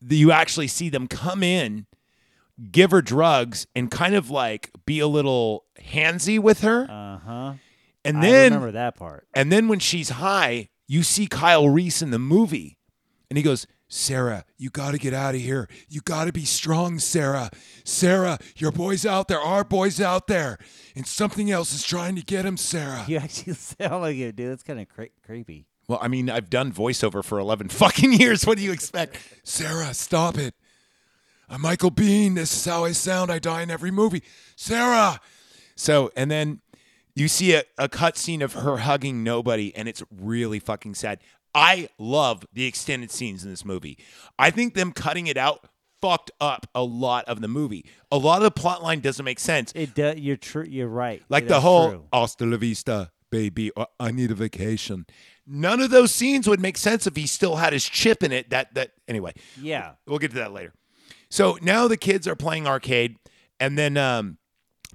Speaker 1: the, you actually see them come in, give her drugs, and kind of like be a little handsy with her,
Speaker 2: Uh huh.
Speaker 1: and
Speaker 2: I
Speaker 1: then
Speaker 2: remember that part.
Speaker 1: and then when she's high, you see Kyle Reese in the movie, and he goes. Sarah, you got to get out of here. You got to be strong, Sarah. Sarah, your boy's out there. Our boy's out there. And something else is trying to get him, Sarah.
Speaker 2: You actually sound like it, dude. That's kind of cre- creepy.
Speaker 1: Well, I mean, I've done voiceover for 11 fucking years. What do you expect? Sarah, stop it. I'm Michael Bean. This is how I sound. I die in every movie. Sarah. So, and then you see a, a cut scene of her hugging nobody, and it's really fucking sad. I love the extended scenes in this movie. I think them cutting it out fucked up a lot of the movie. A lot of the plot line doesn't make sense.
Speaker 2: It does. You're true. You're right.
Speaker 1: Like the
Speaker 2: That's
Speaker 1: whole
Speaker 2: true.
Speaker 1: hasta la vista, baby, or I need a vacation. None of those scenes would make sense if he still had his chip in it. That that anyway,
Speaker 2: Yeah.
Speaker 1: we'll get to that later. So now the kids are playing arcade, and then um,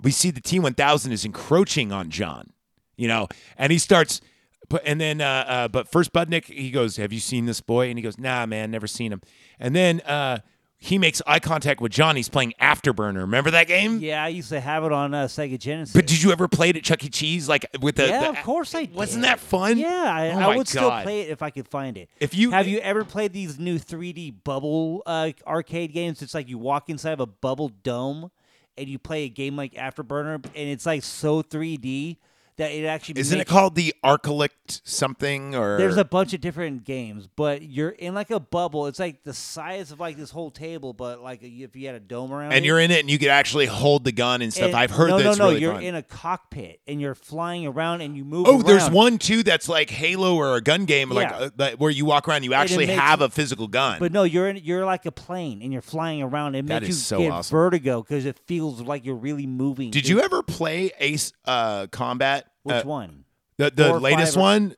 Speaker 1: we see the T one thousand is encroaching on John, you know, and he starts. But and then, uh, uh, but first Budnick, he goes, "Have you seen this boy?" And he goes, "Nah, man, never seen him." And then uh, he makes eye contact with John. He's playing Afterburner. Remember that game?
Speaker 2: Yeah. I used to have it on uh, Sega Genesis.
Speaker 1: But did you ever play it at Chuck E. Cheese? Like with the
Speaker 2: yeah,
Speaker 1: the-
Speaker 2: of course I.
Speaker 1: Wasn't
Speaker 2: did.
Speaker 1: that fun?
Speaker 2: Yeah, I,
Speaker 1: Oh
Speaker 2: I
Speaker 1: my
Speaker 2: would still
Speaker 1: God.
Speaker 2: play it if I could find it.
Speaker 1: If you-
Speaker 2: have you ever played these new 3D bubble uh, arcade games? It's like you walk inside of a bubble dome, and you play a game like Afterburner, and it's like so 3D that it actually
Speaker 1: Isn't it
Speaker 2: makes-
Speaker 1: called the Arcolict something or?
Speaker 2: There's a bunch of different games, but you're in like a bubble. It's like the size of like this whole table, but like if you had a dome around.
Speaker 1: and
Speaker 2: it.
Speaker 1: you're in it, and you could actually hold the gun and stuff.
Speaker 2: And-
Speaker 1: I've heard
Speaker 2: no,
Speaker 1: that
Speaker 2: no,
Speaker 1: it's
Speaker 2: no.
Speaker 1: really
Speaker 2: you're
Speaker 1: fun.
Speaker 2: in a cockpit and you're flying around and you move.
Speaker 1: oh, there's
Speaker 2: around.
Speaker 1: one too that's like Halo or a gun game, like
Speaker 2: Yeah.
Speaker 1: uh, that- where you walk around, you actually
Speaker 2: makes-
Speaker 1: have a physical gun.
Speaker 2: But no, you're in, you're like a plane and you're flying around. It
Speaker 1: That
Speaker 2: makes
Speaker 1: is
Speaker 2: you
Speaker 1: so
Speaker 2: get
Speaker 1: awesome.
Speaker 2: vertigo because it feels like you're really moving.
Speaker 1: did
Speaker 2: dude.
Speaker 1: you uh, ever play Ace uh, Combat?
Speaker 2: Which
Speaker 1: Uh,
Speaker 2: one?
Speaker 1: The the
Speaker 2: Four or
Speaker 1: latest
Speaker 2: five or-
Speaker 1: one,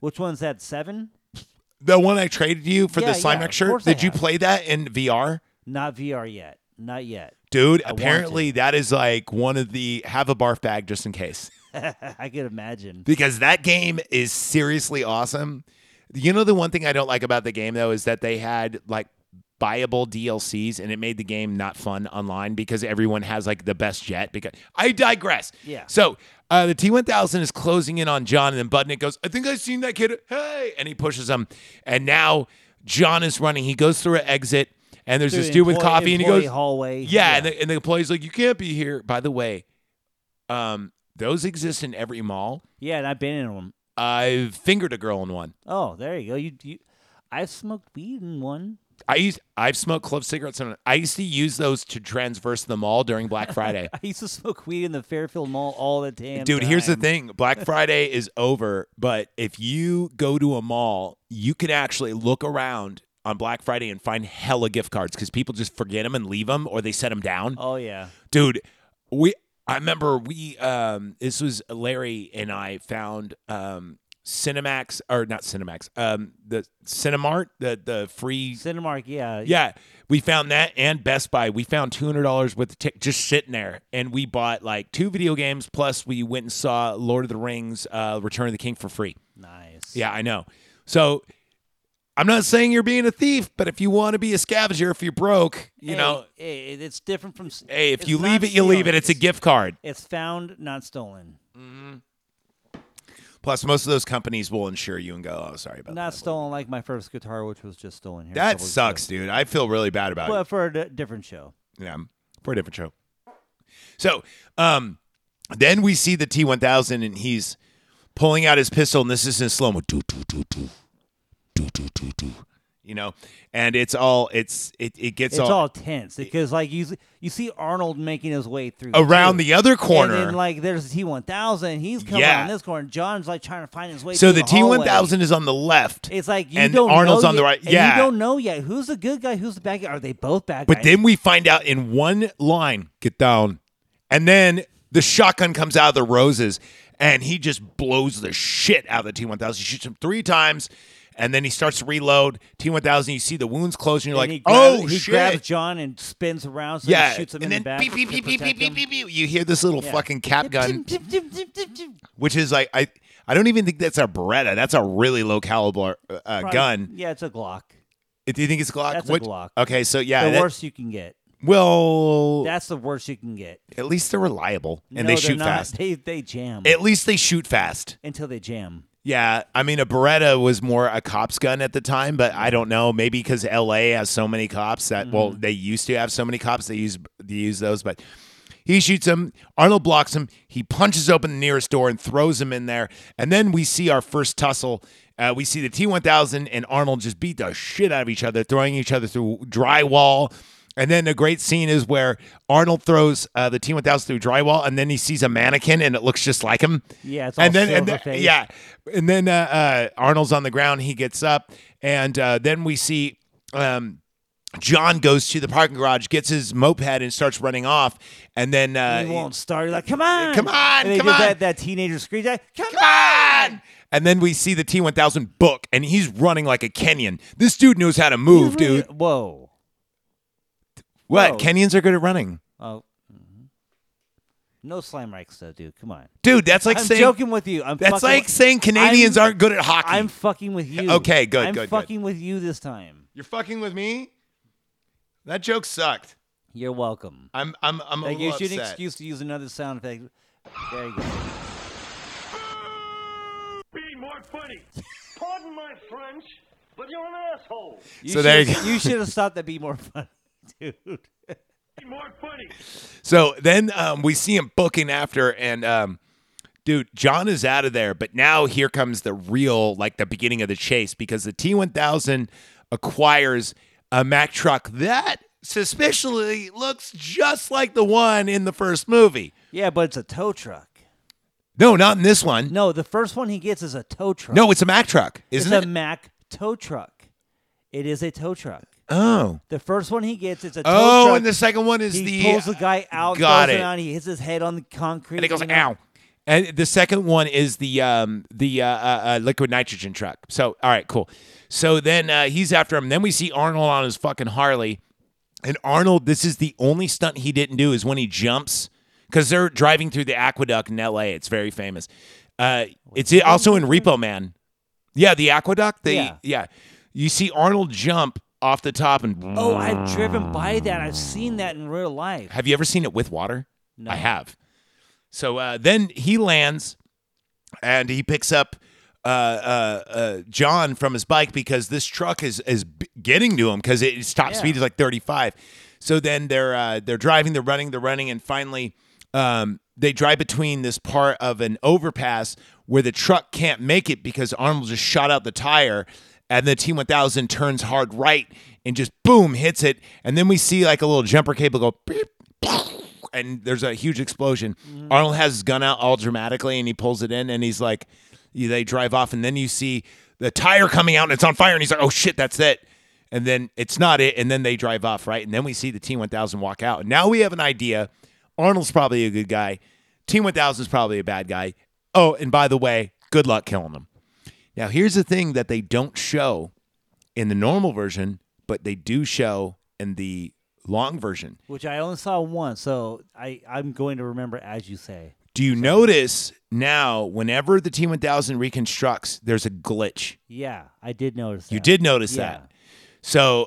Speaker 2: Which one's that? Seven?
Speaker 1: the one I traded you for
Speaker 2: Yeah,
Speaker 1: the slime
Speaker 2: yeah, of
Speaker 1: shirt.
Speaker 2: course I
Speaker 1: Did you
Speaker 2: have.
Speaker 1: play that in VR?
Speaker 2: Not VR yet. Not yet.
Speaker 1: Dude,
Speaker 2: want
Speaker 1: apparently that is like one of the have a barf bag just in case.
Speaker 2: I could imagine.
Speaker 1: because that game is seriously awesome. You know the one thing I don't like about the game though is that they had like buyable DLCs and it made the game not fun online because everyone has like the best jet because I digress.
Speaker 2: Yeah.
Speaker 1: So uh, the T1000 is closing in on John and then Budnick goes, I think I've seen that kid. Hey. And he pushes him. And now John is running. He goes through an exit and there's
Speaker 2: Through
Speaker 1: this
Speaker 2: the
Speaker 1: dude with
Speaker 2: employee-
Speaker 1: coffee and he
Speaker 2: employee
Speaker 1: goes,
Speaker 2: hallway.
Speaker 1: yeah, And, the, and the employee's like, you can't be here. By the way, um, those exist in every mall.
Speaker 2: yeah, and I've been in them.
Speaker 1: I've fingered a girl in one.
Speaker 2: Oh, there you go. You, you I've smoked weed in one.
Speaker 1: I used I've smoked club cigarettes. In, I used to use those to transverse the mall during Black Friday.
Speaker 2: I used to smoke weed in the Fairfield Mall all the damn time.
Speaker 1: Dude, here's the thing: Black Friday is over, but if you go to a mall, you can actually look around on Black Friday and find hella gift cards because people just forget them and leave them, or they set them down.
Speaker 2: Oh yeah.
Speaker 1: dude we i remember we um this was larry and i found um cinemax or not cinemax um the cinemart the the free
Speaker 2: Cinemark, yeah.
Speaker 1: yeah we found that and best buy we found $200 worth of tick just sitting there and we bought like two video games plus we went and saw lord of the rings uh return of the king for free
Speaker 2: Nice.
Speaker 1: yeah i know so i'm not saying you're being a thief but if you want to be a scavenger if you're broke you
Speaker 2: Hey,
Speaker 1: know
Speaker 2: hey, it's different from s-
Speaker 1: hey if
Speaker 2: it's
Speaker 1: you
Speaker 2: not
Speaker 1: leave it you leave
Speaker 2: stealing.
Speaker 1: it it's a gift card
Speaker 2: It's found, not stolen.
Speaker 1: Plus, most of those companies will insure you and go, "Oh, sorry about
Speaker 2: Not
Speaker 1: that."
Speaker 2: stolen like my first guitar, which was just stolen here. a
Speaker 1: That
Speaker 2: couple weeks
Speaker 1: sucks, dude. I feel really bad about
Speaker 2: ago. But for a di- different show.
Speaker 1: it. Yeah, for a different show. So, um, then we see the T1000, and he's pulling out his pistol, and this is in slow mo. Do do do do do do do do. You know, and it's all it's it it gets
Speaker 2: It's, all, tense because, like, you s- you see Arnold making his way through
Speaker 1: around
Speaker 2: too.
Speaker 1: the other corner.
Speaker 2: And then, like, there's the T1000. He's coming
Speaker 1: Yeah.
Speaker 2: on this corner. John's like trying to find his way.
Speaker 1: so
Speaker 2: through
Speaker 1: the
Speaker 2: hallway.
Speaker 1: T1000 is on the left.
Speaker 2: It's like you
Speaker 1: and
Speaker 2: don't
Speaker 1: Arnold's
Speaker 2: know
Speaker 1: on the
Speaker 2: yet-
Speaker 1: right.
Speaker 2: and
Speaker 1: Yeah.
Speaker 2: you don't know yet who's the good guy, who's the bad guy. Are they both bad
Speaker 1: But
Speaker 2: guys?
Speaker 1: then we find out in one line, get down. And then the shotgun comes out of the roses and he just blows the shit out of the T 1000. He shoots him three times and then he starts to reload. T 1000, you see the wounds close and you're
Speaker 2: And he
Speaker 1: like,
Speaker 2: grabs-
Speaker 1: oh
Speaker 2: he
Speaker 1: shit.
Speaker 2: grabs John and spins around, so
Speaker 1: yeah.
Speaker 2: he shoots him
Speaker 1: and then
Speaker 2: in the back.
Speaker 1: beep, beep,
Speaker 2: to
Speaker 1: beep, beep,
Speaker 2: protect
Speaker 1: beep, beep,
Speaker 2: him.
Speaker 1: beep, You hear this little
Speaker 2: Yeah.
Speaker 1: fucking cap gun,
Speaker 2: Probably-
Speaker 1: which is like, I, I don't even think that's a Beretta. That's a really low caliber uh, uh, gun.
Speaker 2: Yeah, it's a Glock.
Speaker 1: Do you think it's a Glock?
Speaker 2: That's a
Speaker 1: What-
Speaker 2: Glock.
Speaker 1: Okay, so yeah.
Speaker 2: The
Speaker 1: that-
Speaker 2: worst you can get.
Speaker 1: well,
Speaker 2: That's the worst you can get.
Speaker 1: at least they're reliable and
Speaker 2: No,
Speaker 1: they
Speaker 2: they're
Speaker 1: shoot
Speaker 2: not.
Speaker 1: fast.
Speaker 2: They they jam
Speaker 1: At least they shoot fast.
Speaker 2: until they jam.
Speaker 1: Yeah, I mean a Beretta was more a cop's gun at the time, but I don't know. Maybe because L.A. has so many cops that well,
Speaker 2: Mm-hmm.
Speaker 1: they used to have so many cops they use they use those. But he shoots him. Arnold blocks him. He punches open the nearest door and throws him in there. And then we see our first tussle. Uh, we see the T1000 and Arnold just beat the shit out of each other, throwing each other through drywall. And then a great scene is where Arnold throws uh, the T1000 through drywall, and then he sees a mannequin, and it looks just like him.
Speaker 2: Yeah, it's all
Speaker 1: and then, and
Speaker 2: silver
Speaker 1: then-
Speaker 2: face.
Speaker 1: yeah, and then uh, uh, Arnold's on the ground. He gets up, and uh, then we see um, John goes to the parking garage, gets his moped, and starts running off. And then uh,
Speaker 2: He won't start. You're like, come on,
Speaker 1: Come on,
Speaker 2: And they
Speaker 1: come
Speaker 2: did
Speaker 1: on.
Speaker 2: That, that teenager screams, like, come,
Speaker 1: Come on! And then we see the T1000 book, and he's running like a Kenyan. This dude knows how to move, dude.
Speaker 2: Whoa.
Speaker 1: What?
Speaker 2: Whoa.
Speaker 1: Kenyans are good at running.
Speaker 2: Oh. mhm. No slime rikes though, dude. Come on.
Speaker 1: Dude, that's like
Speaker 2: I'm
Speaker 1: saying
Speaker 2: joking with you. I'm
Speaker 1: that's
Speaker 2: fucking-
Speaker 1: like saying Canadians
Speaker 2: I'm-
Speaker 1: aren't good at hockey.
Speaker 2: I'm fucking with you.
Speaker 1: Okay, good,
Speaker 2: I'm
Speaker 1: good, good.
Speaker 2: fucking with you this time.
Speaker 1: You're fucking with me? That joke sucked.
Speaker 2: You're welcome.
Speaker 1: I'm I'm I'm
Speaker 2: That
Speaker 1: a little
Speaker 2: gives you an
Speaker 1: upset.
Speaker 2: excuse to use another sound effect. There you go.
Speaker 3: Be more funny. Pardon my French, but you're an asshole.
Speaker 2: You
Speaker 1: So there you
Speaker 2: should've-
Speaker 1: go.
Speaker 2: You should have stopped that. Be more funny, dude.
Speaker 3: Be more funny.
Speaker 1: So then um, we see him booking after, and um, dude, John is out of there. But now here comes the real, like the beginning of the chase because the T1000 acquires a Mack truck that suspiciously looks just like the one in the first movie.
Speaker 2: Yeah, but it's a tow truck.
Speaker 1: No, not in this one.
Speaker 2: No, the first one he gets is a tow truck.
Speaker 1: No, it's a Mack truck, isn't it?
Speaker 2: it's a Mack tow truck. It is a tow truck.
Speaker 1: oh.
Speaker 2: The first one he gets, it's a tow
Speaker 1: Oh,
Speaker 2: truck.
Speaker 1: and the second one is
Speaker 2: he
Speaker 1: the uh,
Speaker 2: pulls the guy out,
Speaker 1: got
Speaker 2: throws
Speaker 1: it.
Speaker 2: him out, he hits his head on the concrete,
Speaker 1: and it goes
Speaker 2: you
Speaker 1: like,
Speaker 2: know?
Speaker 1: ow. And the second one is the um, the uh, uh, uh, liquid nitrogen truck. So all right, cool. So then uh, he's after him. Then we see Arnold on his fucking Harley, and Arnold. This is the only stunt he didn't do is when he jumps because they're driving through the aqueduct in L.A. It's very famous. Uh, it's also in Repo Man. Yeah, the aqueduct. They
Speaker 2: Yeah.
Speaker 1: yeah. You see Arnold jump off the top and
Speaker 2: Oh, I've driven by that. I've seen that in real life.
Speaker 1: Have you ever seen it with water?
Speaker 2: No.
Speaker 1: I have. So uh, then he lands and he picks up uh, uh, uh, John from his bike because this truck is is b- getting to him because it top
Speaker 2: Yeah.
Speaker 1: speed is like 35. So then they're uh, they're driving, they're running, they're running, and finally um, they drive between this part of an overpass where the truck can't make it because Arnold just shot out the tire, and the T1000 turns hard right and just boom hits it, and then we see like a little jumper cable go. beep, and there's a huge explosion. Arnold has his gun out all dramatically and he pulls it in and he's like, you- they drive off and then you see the tire coming out and it's on fire and he's like, oh shit, that's it. And then it's not it. And then they drive off, right? And then we see the T 1000 walk out. And now we have an idea. Arnold's probably a good guy. T 1000 is probably a bad guy. Oh, and by the way, good luck killing them. Now, here's the thing that they don't show in the normal version, but they do show in the long version.
Speaker 2: Which I only saw once, so I, I'm going to remember as you say.
Speaker 1: Do you notice now, whenever the T1000 reconstructs, there's a glitch?
Speaker 2: Yeah, I did notice that.
Speaker 1: You did notice
Speaker 2: Yeah.
Speaker 1: that. So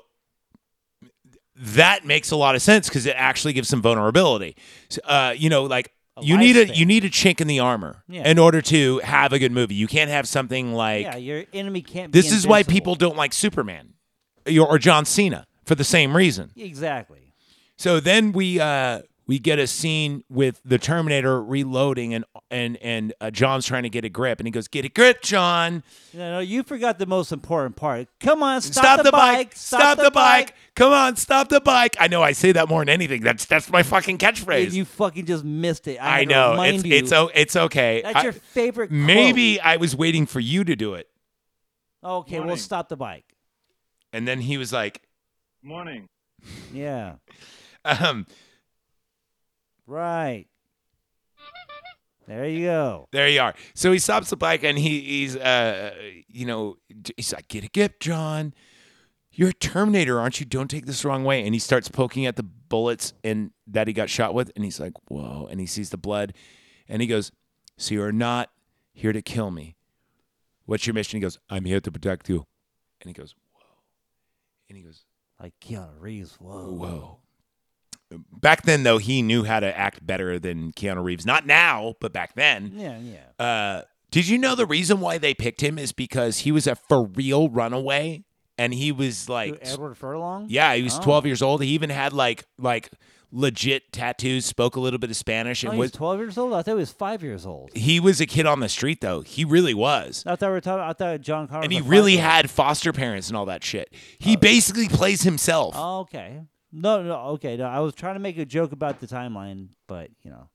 Speaker 1: that makes a lot of sense because it actually gives some vulnerability. So, uh, you know, like
Speaker 2: A
Speaker 1: you need a
Speaker 2: lifespan.
Speaker 1: you need a chink in the armor
Speaker 2: Yeah.
Speaker 1: in order to have a good movie. You can't have something like
Speaker 2: yeah, your enemy can't be
Speaker 1: this is why
Speaker 2: invincible.
Speaker 1: people don't like Superman or or John Cena for the same reason.
Speaker 2: Exactly.
Speaker 1: So then we uh we get a scene with the Terminator reloading and and and uh, John's trying to get a grip and he goes, "Get a grip, John!
Speaker 2: No, no, you forgot the most important part. Come on, stop,
Speaker 1: Stop, the, bike! Stop, the, bike! Come on, stop the bike!" I know I say that more than anything. That's that's my fucking catchphrase.
Speaker 2: And you fucking just missed it. I,
Speaker 1: I
Speaker 2: had to
Speaker 1: know
Speaker 2: Remind
Speaker 1: it's
Speaker 2: you.
Speaker 1: it's o- it's okay.
Speaker 2: That's
Speaker 1: I-
Speaker 2: your favorite. quote.
Speaker 1: maybe I was waiting for you to do it,
Speaker 2: Okay, we'll
Speaker 3: Morning.
Speaker 2: stop the bike.
Speaker 1: and then he was like,
Speaker 3: Morning.
Speaker 2: Yeah.
Speaker 1: um,
Speaker 2: Right. There you go.
Speaker 1: There you are. So he stops the bike and he, he's, uh, you know, d- he's like, get a grip, John. You're a Terminator, aren't you? Don't take this the wrong way. And he starts poking at the bullets and that he got shot with. And he's like, whoa. And he sees the blood and he goes, so you're not here to kill me. What's your mission? He goes, I'm here to protect you. And he goes, whoa. And he goes,
Speaker 2: Like Keanu Reeves. Whoa.
Speaker 1: whoa. Back then, though, he knew how to act better than Keanu Reeves. Not now, but back then.
Speaker 2: Yeah, yeah.
Speaker 1: Uh, did you know the reason why they picked him is because he was a for real runaway and he was
Speaker 2: Who,
Speaker 1: like
Speaker 2: Edward Furlong.
Speaker 1: yeah, he was
Speaker 2: Oh.
Speaker 1: 12 years old. He even had like like legit tattoos, spoke a little bit of Spanish
Speaker 2: Oh,
Speaker 1: and
Speaker 2: he was
Speaker 1: was
Speaker 2: twelve years old. I thought he was five years old.
Speaker 1: he was a kid on the street though. He really was.
Speaker 2: I thought we were talking. I thought John Connor.
Speaker 1: And
Speaker 2: was
Speaker 1: he
Speaker 2: a
Speaker 1: really
Speaker 2: five-year-old.
Speaker 1: had foster parents and all that shit. He basically plays himself.
Speaker 2: Oh, okay. No, no. Okay, no. I was trying to make a joke about the timeline, but you know,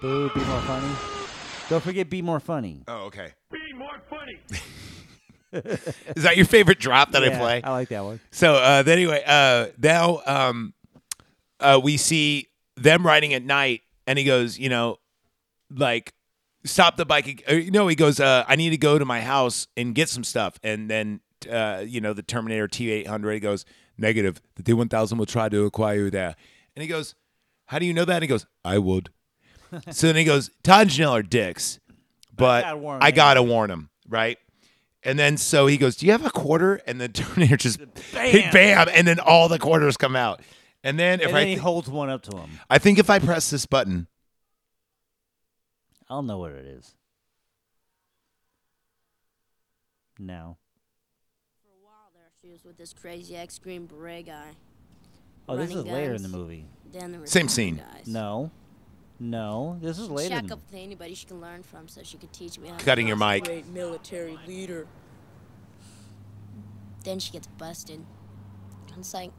Speaker 2: boo, be more funny. Don't forget, be more funny.
Speaker 1: Oh, okay.
Speaker 3: Be more funny.
Speaker 1: Is that your favorite drop that I
Speaker 2: Yeah,
Speaker 1: play?
Speaker 2: I like that one.
Speaker 1: So uh, then anyway, uh, now um, uh, we see them riding at night, and he goes, you know, like stop the bike. Uh, no, he goes, uh, I need to go to my house and get some stuff, and then uh, you know the Terminator T eight hundred goes negative. The T one thousand will try to acquire you there, and he goes, how do you know that? And he goes, I would. so then he goes, Todd and Janelle are dicks, but
Speaker 2: gotta warn 'em,
Speaker 1: I
Speaker 2: yeah.
Speaker 1: gotta warn him, right? And then so he goes, "Do you have a quarter?" And the Terminator just bam, and then all the quarters come out. And then if
Speaker 2: and
Speaker 1: I,
Speaker 2: then he
Speaker 1: thi-
Speaker 2: holds one up to him.
Speaker 1: I think if I press this button,
Speaker 2: I'll know what it is. Now.
Speaker 4: For a while there, she was with this crazy ex Green Beret guy.
Speaker 2: Oh, this is
Speaker 4: Running
Speaker 2: later in the
Speaker 4: guns.
Speaker 2: movie.
Speaker 4: Then there were
Speaker 1: Same
Speaker 4: some
Speaker 1: scene.
Speaker 4: Guys.
Speaker 2: No. No, this is later.
Speaker 4: She
Speaker 2: in-
Speaker 4: up with anybody she can learn from, so she could teach me how. to
Speaker 1: cutting your
Speaker 4: cross the
Speaker 1: mic.
Speaker 4: way. military leader. Then she gets busted. And It's like,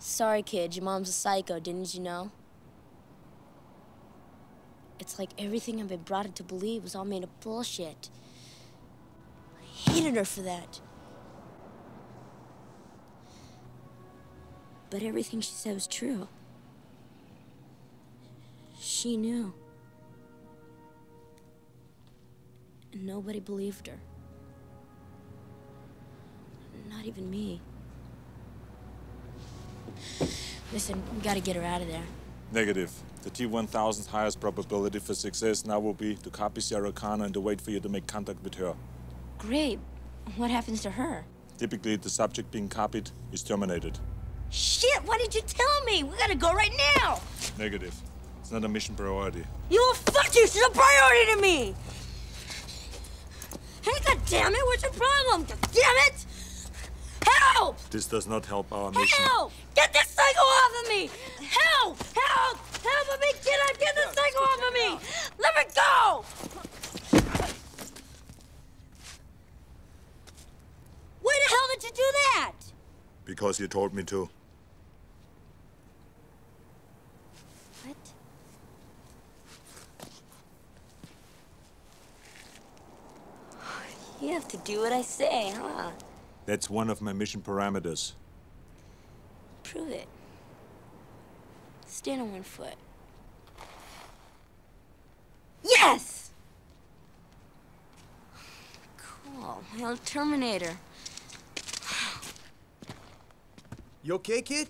Speaker 4: sorry, kid, your mom's a psycho. Didn't you know? It's like everything I've been brought to believe was all made of bullshit. I hated her for that. But everything she said was true. She knew. And nobody believed her. Not even me. Listen, we gotta get her out of there.
Speaker 5: Negative. The T-1000's highest probability for success now will be to copy Sarah Connor and to wait for you to make contact with her.
Speaker 4: Great. What happens to her?
Speaker 5: Typically, the subject being copied is terminated.
Speaker 4: Shit, why did you tell me? We gotta go right now!
Speaker 5: Negative. It's not a mission priority.
Speaker 4: You will fuck you, she's a priority to me! Hey, goddammit, what's your problem? Goddammit! Help!
Speaker 5: This does not help our mission.
Speaker 4: Help! Get this psycho off of me! Help! Help! Help me, kid! Get this psycho off of me! Let me go! Why the hell did you do that?
Speaker 5: Because you told me to.
Speaker 4: What? You have to do what I say, huh?
Speaker 5: That's one of my mission parameters.
Speaker 4: Prove it. Stand on one foot. Yes! Cool. My old Terminator.
Speaker 6: You okay, kid?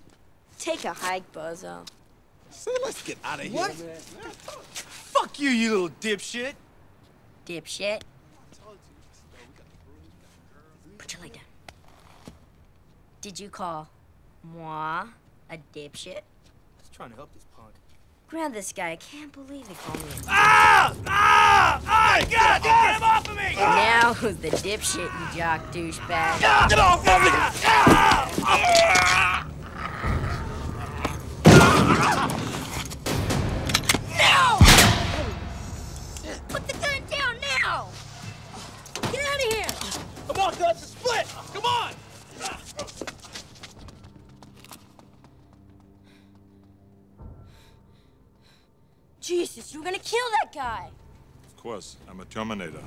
Speaker 4: Take a hike, bozo.
Speaker 6: What? Fuck you, you little dipshit.
Speaker 4: Dipshit. Put your leg down. Did you call moi a dipshit?
Speaker 6: Just trying to help this punk.
Speaker 4: Grab this guy. I can't believe he called me a Now who's the dipshit, you jock douchebag? Get off of me! No! Put the gun down now! Get out of here! Jesus, you're gonna kill that guy!
Speaker 5: Of course, I'm a Terminator.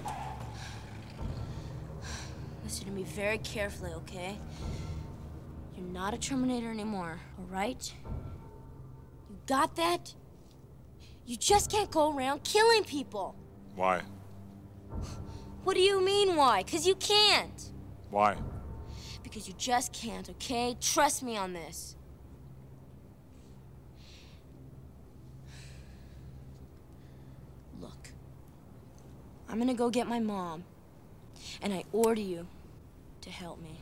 Speaker 4: Listen to me very carefully, okay? You're not a Terminator anymore, all right? You got that? You just can't go around killing people.
Speaker 5: Why?
Speaker 4: What do you mean, why? Because you can't.
Speaker 5: Why?
Speaker 4: Because you just can't, okay? Trust me on this. Look, I'm gonna go get my mom, and I order you to help me.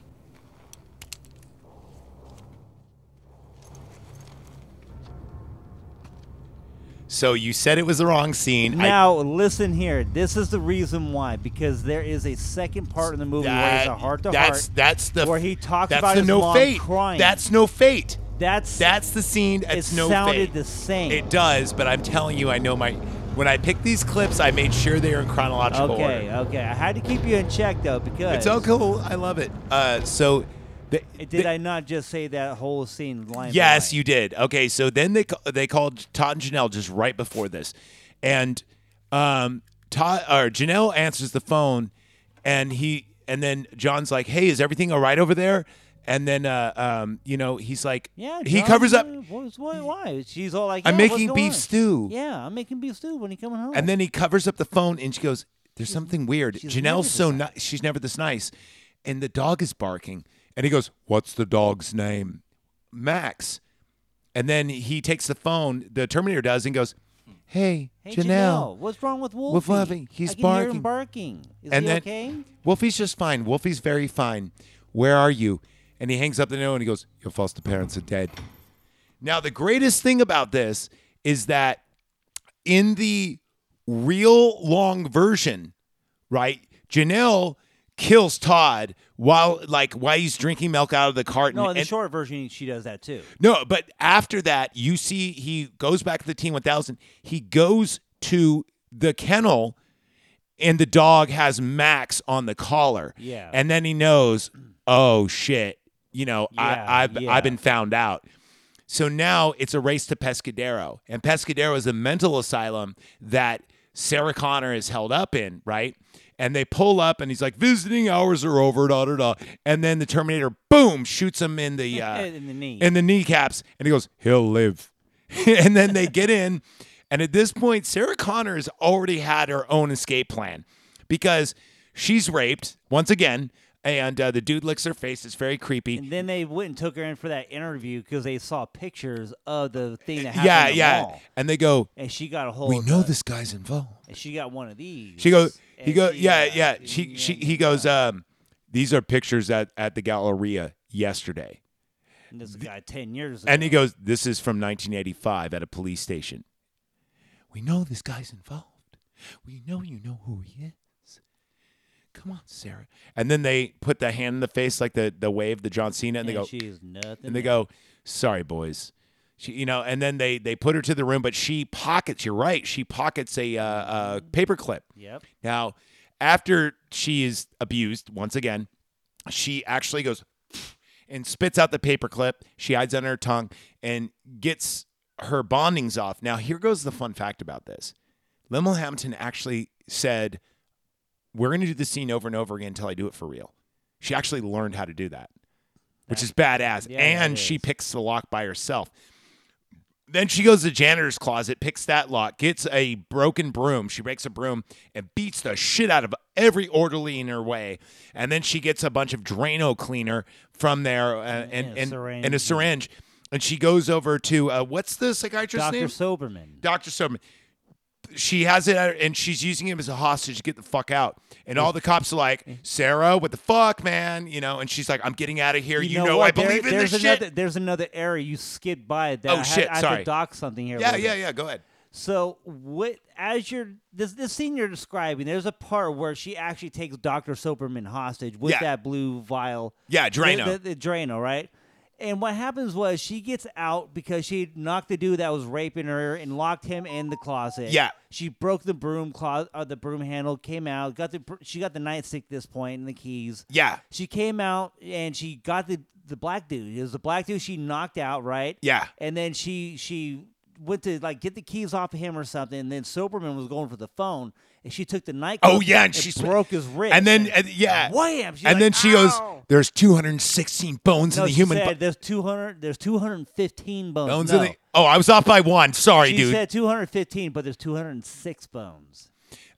Speaker 1: So you said it was the wrong scene. I-
Speaker 2: Now listen here. This is the reason why, because there is a second part in the movie where it's a
Speaker 1: that-
Speaker 2: heart to
Speaker 1: that's
Speaker 2: heart.
Speaker 1: that's the
Speaker 2: where he talks
Speaker 1: that's
Speaker 2: about
Speaker 1: the
Speaker 2: his
Speaker 1: no
Speaker 2: mom
Speaker 1: fate.
Speaker 2: crying.
Speaker 1: That's no fate.
Speaker 2: that's
Speaker 1: That's the scene.
Speaker 2: it
Speaker 1: That's no
Speaker 2: sounded
Speaker 1: fate.
Speaker 2: the same.
Speaker 1: It does, but I'm telling you, I know my. When I picked these clips, I made sure they are in chronological
Speaker 2: okay,
Speaker 1: order.
Speaker 2: okay. I had to keep you in check though because
Speaker 1: It's so cool. I love it. Uh, so, the,
Speaker 2: Did
Speaker 1: the-
Speaker 2: I not just say that whole scene line? by
Speaker 1: Yes,
Speaker 2: line?
Speaker 1: you did. Okay, so then they ca- they called Todd and Janelle just right before this, and um, Todd or Janelle answers the phone, and he and then John's like, "Hey, is everything all right over there?" And then uh, um, you know he's like,
Speaker 2: Yeah,
Speaker 1: he
Speaker 2: John,
Speaker 1: covers up."
Speaker 2: yeah, What, was- why- why? She's all like,
Speaker 1: I'm
Speaker 2: "Yeah, what's
Speaker 1: making
Speaker 2: going
Speaker 1: beef
Speaker 2: on?"
Speaker 1: stew.
Speaker 2: Yeah, I'm making beef stew when you coming home.
Speaker 1: And then he covers up the phone and she goes, There's something weird.
Speaker 2: she's never
Speaker 1: Janelle's
Speaker 2: this
Speaker 1: so
Speaker 2: nice."
Speaker 1: nice. She's never this nice. And the dog is barking. And he goes, What's the dog's name? Max. And then he takes the phone, the Terminator does, and goes, Hey,
Speaker 2: Hmm. hey,
Speaker 1: Janelle.
Speaker 2: what's wrong with Wolfie?
Speaker 1: With Wolfie, he's
Speaker 2: I can Hear him
Speaker 1: barking.
Speaker 2: barking. Is
Speaker 1: and
Speaker 2: he
Speaker 1: then
Speaker 2: okay?
Speaker 1: Wolfie's just fine. Wolfie's very fine. Where are you? And he hangs up the note and he goes, Your foster parents are dead. Now, the greatest thing about this is that in the real long version, right, Janelle kills Todd while like while he's drinking milk out of the carton.
Speaker 2: No, in the
Speaker 1: and-
Speaker 2: short version, she does that too.
Speaker 1: no, but after that, you see he goes back to the T one thousand. He goes to the kennel, and the dog has Max on the collar.
Speaker 2: Yeah.
Speaker 1: and then he knows, oh shit, you know,
Speaker 2: Yeah,
Speaker 1: I, I've
Speaker 2: yeah.
Speaker 1: I've been found out. So now it's a race to Pescadero, and Pescadero is a mental asylum that Sarah Connor is held up in, right? And they pull up, and he's like, "Visiting hours are over." Da da da. And then the Terminator, boom, shoots him in the uh,
Speaker 2: In the knee.
Speaker 1: in the kneecaps, and he goes, "He'll live." and then they get in, and at this point, Sarah Connor has already had her own escape plan because she's raped once again, and uh, the dude licks her face. It's very creepy.
Speaker 2: And then they went and took her in for that interview because they saw pictures of the thing that happened.
Speaker 1: yeah,
Speaker 2: in the
Speaker 1: yeah.
Speaker 2: mall.
Speaker 1: And they go,
Speaker 2: And she got a hold.
Speaker 1: "We
Speaker 2: of
Speaker 1: know
Speaker 2: the-
Speaker 1: this guy's involved."
Speaker 2: And she got one of these.
Speaker 1: She goes, he
Speaker 2: and
Speaker 1: goes,
Speaker 2: she,
Speaker 1: yeah,
Speaker 2: uh,
Speaker 1: yeah. She, she, he goes, um, These are pictures at, at the Galleria yesterday.
Speaker 2: And this guy ten years ago.
Speaker 1: And he goes, This is from 1985 at a police station. We know this guy's involved. We know you know who he is. Come on, Sarah. And then they put the hand in the face like the, the wave, the John Cena, and,
Speaker 2: and
Speaker 1: they go,
Speaker 2: she's nothing.
Speaker 1: and they go, "Sorry, boys." She, you know, and then they they put her to the room, but she pockets. You're right. She pockets a uh, uh, paperclip.
Speaker 2: Yep.
Speaker 1: Now, after she is abused once again, she actually goes and spits out the paperclip. She hides it under her tongue and gets her bondings off. Now, here goes the fun fact about this: Limmel Hamilton actually said, "We're going to do this scene over and over again until I do it for real." She actually learned how to do that, which is badass.
Speaker 2: Yeah,
Speaker 1: and
Speaker 2: that
Speaker 1: she
Speaker 2: is.
Speaker 1: picks the lock by herself. Then she goes to the janitor's closet, picks that lock, gets a broken broom. She breaks a broom and beats the shit out of every orderly in her way. And then she gets a bunch of Drano cleaner from there uh, and,
Speaker 2: And
Speaker 1: and,
Speaker 2: a
Speaker 1: and,
Speaker 2: syringe.
Speaker 1: a syringe. And she goes over to uh, what's the psychiatrist's
Speaker 2: Doctor
Speaker 1: name?
Speaker 2: Soberman.
Speaker 1: Dr. Soberman. She has it at her, and she's using him as a hostage to get the fuck out. And all the cops are like, Sarah, what the fuck, man? You know, and she's like, I'm getting out of here. You, know, I
Speaker 2: what? There-
Speaker 1: believe in
Speaker 2: there's
Speaker 1: this shit.
Speaker 2: another, There's another area you skipped by that
Speaker 1: Oh,
Speaker 2: I had-
Speaker 1: shit,
Speaker 2: I have
Speaker 1: sorry.
Speaker 2: to dock something here.
Speaker 1: Yeah,
Speaker 2: real
Speaker 1: yeah,
Speaker 2: quick.
Speaker 1: yeah. Go ahead.
Speaker 2: So what as you're this this scene you're describing, there's a part where she actually takes Dr. Soberman hostage with
Speaker 1: Yeah.
Speaker 2: that blue vial.
Speaker 1: Yeah,
Speaker 2: The-
Speaker 1: Drano.
Speaker 2: The, the Drano, right? And what happens was she gets out because she knocked the dude that was raping her and locked him in the closet.
Speaker 1: Yeah.
Speaker 2: She broke the broom closet, uh, the broom handle, came out, got the br- she got the nightstick at this point and the keys.
Speaker 1: Yeah.
Speaker 2: She came out and she got the the black dude. It was the black dude she knocked out, right?
Speaker 1: Yeah.
Speaker 2: And then she she went to like get the keys off of him or something. And then Soberman was going for the phone, and she took the knife.
Speaker 1: Oh yeah, and she sp-
Speaker 2: broke his wrist.
Speaker 1: And then and- yeah,
Speaker 2: wham! She's
Speaker 1: and
Speaker 2: like,
Speaker 1: then she goes,
Speaker 2: "Ow."
Speaker 1: "There's 216 bones
Speaker 2: No,
Speaker 1: in the
Speaker 2: she
Speaker 1: human
Speaker 2: said,
Speaker 1: bo-
Speaker 2: there's 200. There's 215 bones.
Speaker 1: bones
Speaker 2: no.
Speaker 1: in the." Oh, I was off by one. Sorry,
Speaker 2: she
Speaker 1: dude.
Speaker 2: said 215, but there's 206 bones.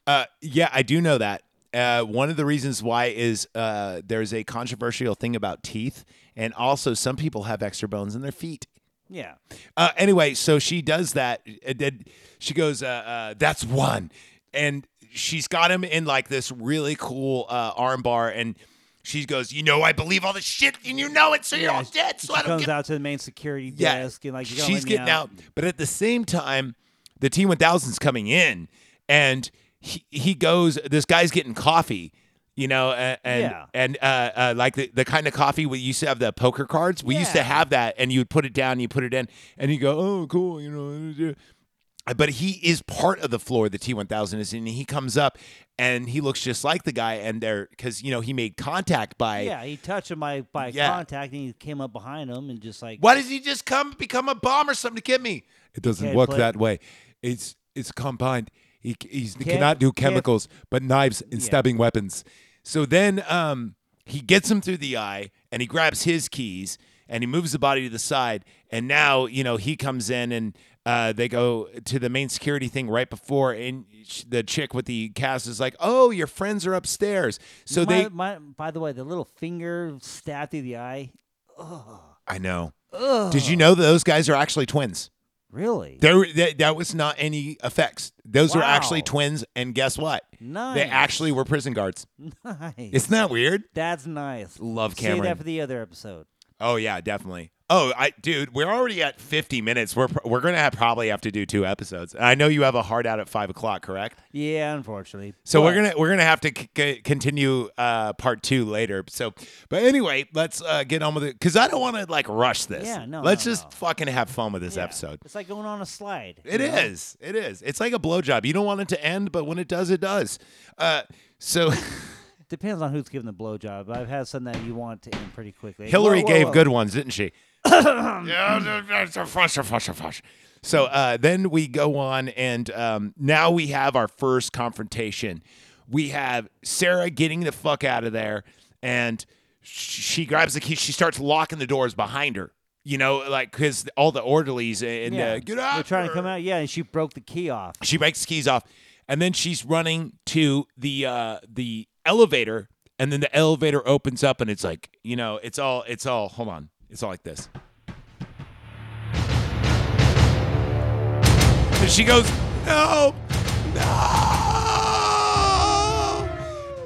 Speaker 1: uh, yeah, I do know that. Uh, one of the reasons why is uh, there's a controversial thing about teeth, and also some people have extra bones in their feet.
Speaker 2: Yeah.
Speaker 1: Uh, anyway, so she does that. And then she goes, uh, uh, "That's one," and she's got him in like this really cool uh, arm bar, and she goes, "You know, I believe all this shit, and you know it, so you're
Speaker 2: Yeah,
Speaker 1: all dead.
Speaker 2: She
Speaker 1: So I don't
Speaker 2: comes
Speaker 1: get
Speaker 2: out to the main security desk and like you gotta
Speaker 1: she's
Speaker 2: let me
Speaker 1: getting out. But at the same time, the T one thousand's coming in, and he he goes. This guy's getting coffee, you know, and and,
Speaker 2: Yeah.
Speaker 1: and uh, uh, like the, the kind of coffee we used to have the poker cards. We used to
Speaker 2: Yeah.
Speaker 1: have that, and you would put it down, you put it in, and you go, oh, cool, you know. But he is part of the floor. The T one thousand is, and he comes up, and he looks just like the guy, and they're because you know he made contact by
Speaker 2: Yeah, he touched him by, by
Speaker 1: Yeah.
Speaker 2: contact, and he came up behind him and just like
Speaker 1: Why does he just come become a bomb or something to get me? It doesn't
Speaker 2: Can't
Speaker 1: work
Speaker 2: play-
Speaker 1: that way. It's it's combined. He he's, he
Speaker 2: Can't-
Speaker 1: cannot do
Speaker 2: can't-
Speaker 1: chemicals, but knives and stabbing weapons. So then um, he gets him through the eye, and he grabs his keys, and he moves the body to the side. And now you know he comes in, and uh, they go to the main security thing right before, and sh- the chick with the cast is like, "Oh, your friends are upstairs." So
Speaker 2: my,
Speaker 1: they,
Speaker 2: my, by the way, the little finger stabbed through the eye.
Speaker 1: I know. Did you know that those guys are actually twins?
Speaker 2: Really?
Speaker 1: There, that, that was not any effects. Those were actually
Speaker 2: Wow.
Speaker 1: twins, and guess what?
Speaker 2: Nice.
Speaker 1: They actually were prison guards.
Speaker 2: nice.
Speaker 1: Isn't that weird?
Speaker 2: That's nice.
Speaker 1: Love
Speaker 2: Save
Speaker 1: Cameron.
Speaker 2: that for the other episode.
Speaker 1: Oh yeah, definitely. Oh, I dude, we're already at fifty minutes. We're we're gonna have, probably have to do two episodes. I know you have a hard out at five o'clock, correct?
Speaker 2: Yeah, unfortunately.
Speaker 1: So we're
Speaker 2: But-
Speaker 1: gonna we're gonna have to c- c- continue uh, part two later. So, but anyway, let's uh, get on with it because I don't want to like rush this.
Speaker 2: Yeah, no,
Speaker 1: Let's
Speaker 2: no,
Speaker 1: just
Speaker 2: no.
Speaker 1: fucking have fun with this
Speaker 2: yeah.
Speaker 1: episode.
Speaker 2: It's like going on a slide.
Speaker 1: It is. It is. It's like a blowjob. You don't want it to end, but when it does, it does. Uh, so
Speaker 2: Depends on who's giving the blowjob. I've had some that you want to end pretty quickly.
Speaker 1: Hillary
Speaker 2: Whoa, whoa,
Speaker 1: gave
Speaker 2: whoa.
Speaker 1: good ones, didn't she? Yeah, fush, fush, fush. so uh, then we go on, and um, now we have our first confrontation. We have Sarah getting the fuck out of there, and sh- she grabs the key. She starts locking the doors behind her. You know, like because all the orderlies and
Speaker 2: Yeah.
Speaker 1: uh, get out.
Speaker 2: They're trying to come out. Yeah, and she broke the key off.
Speaker 1: She breaks the keys off, and then she's running to the uh, the elevator, and then the elevator opens up, and it's like you know, it's all it's all. Hold on, it's all like this. And she goes, no, no,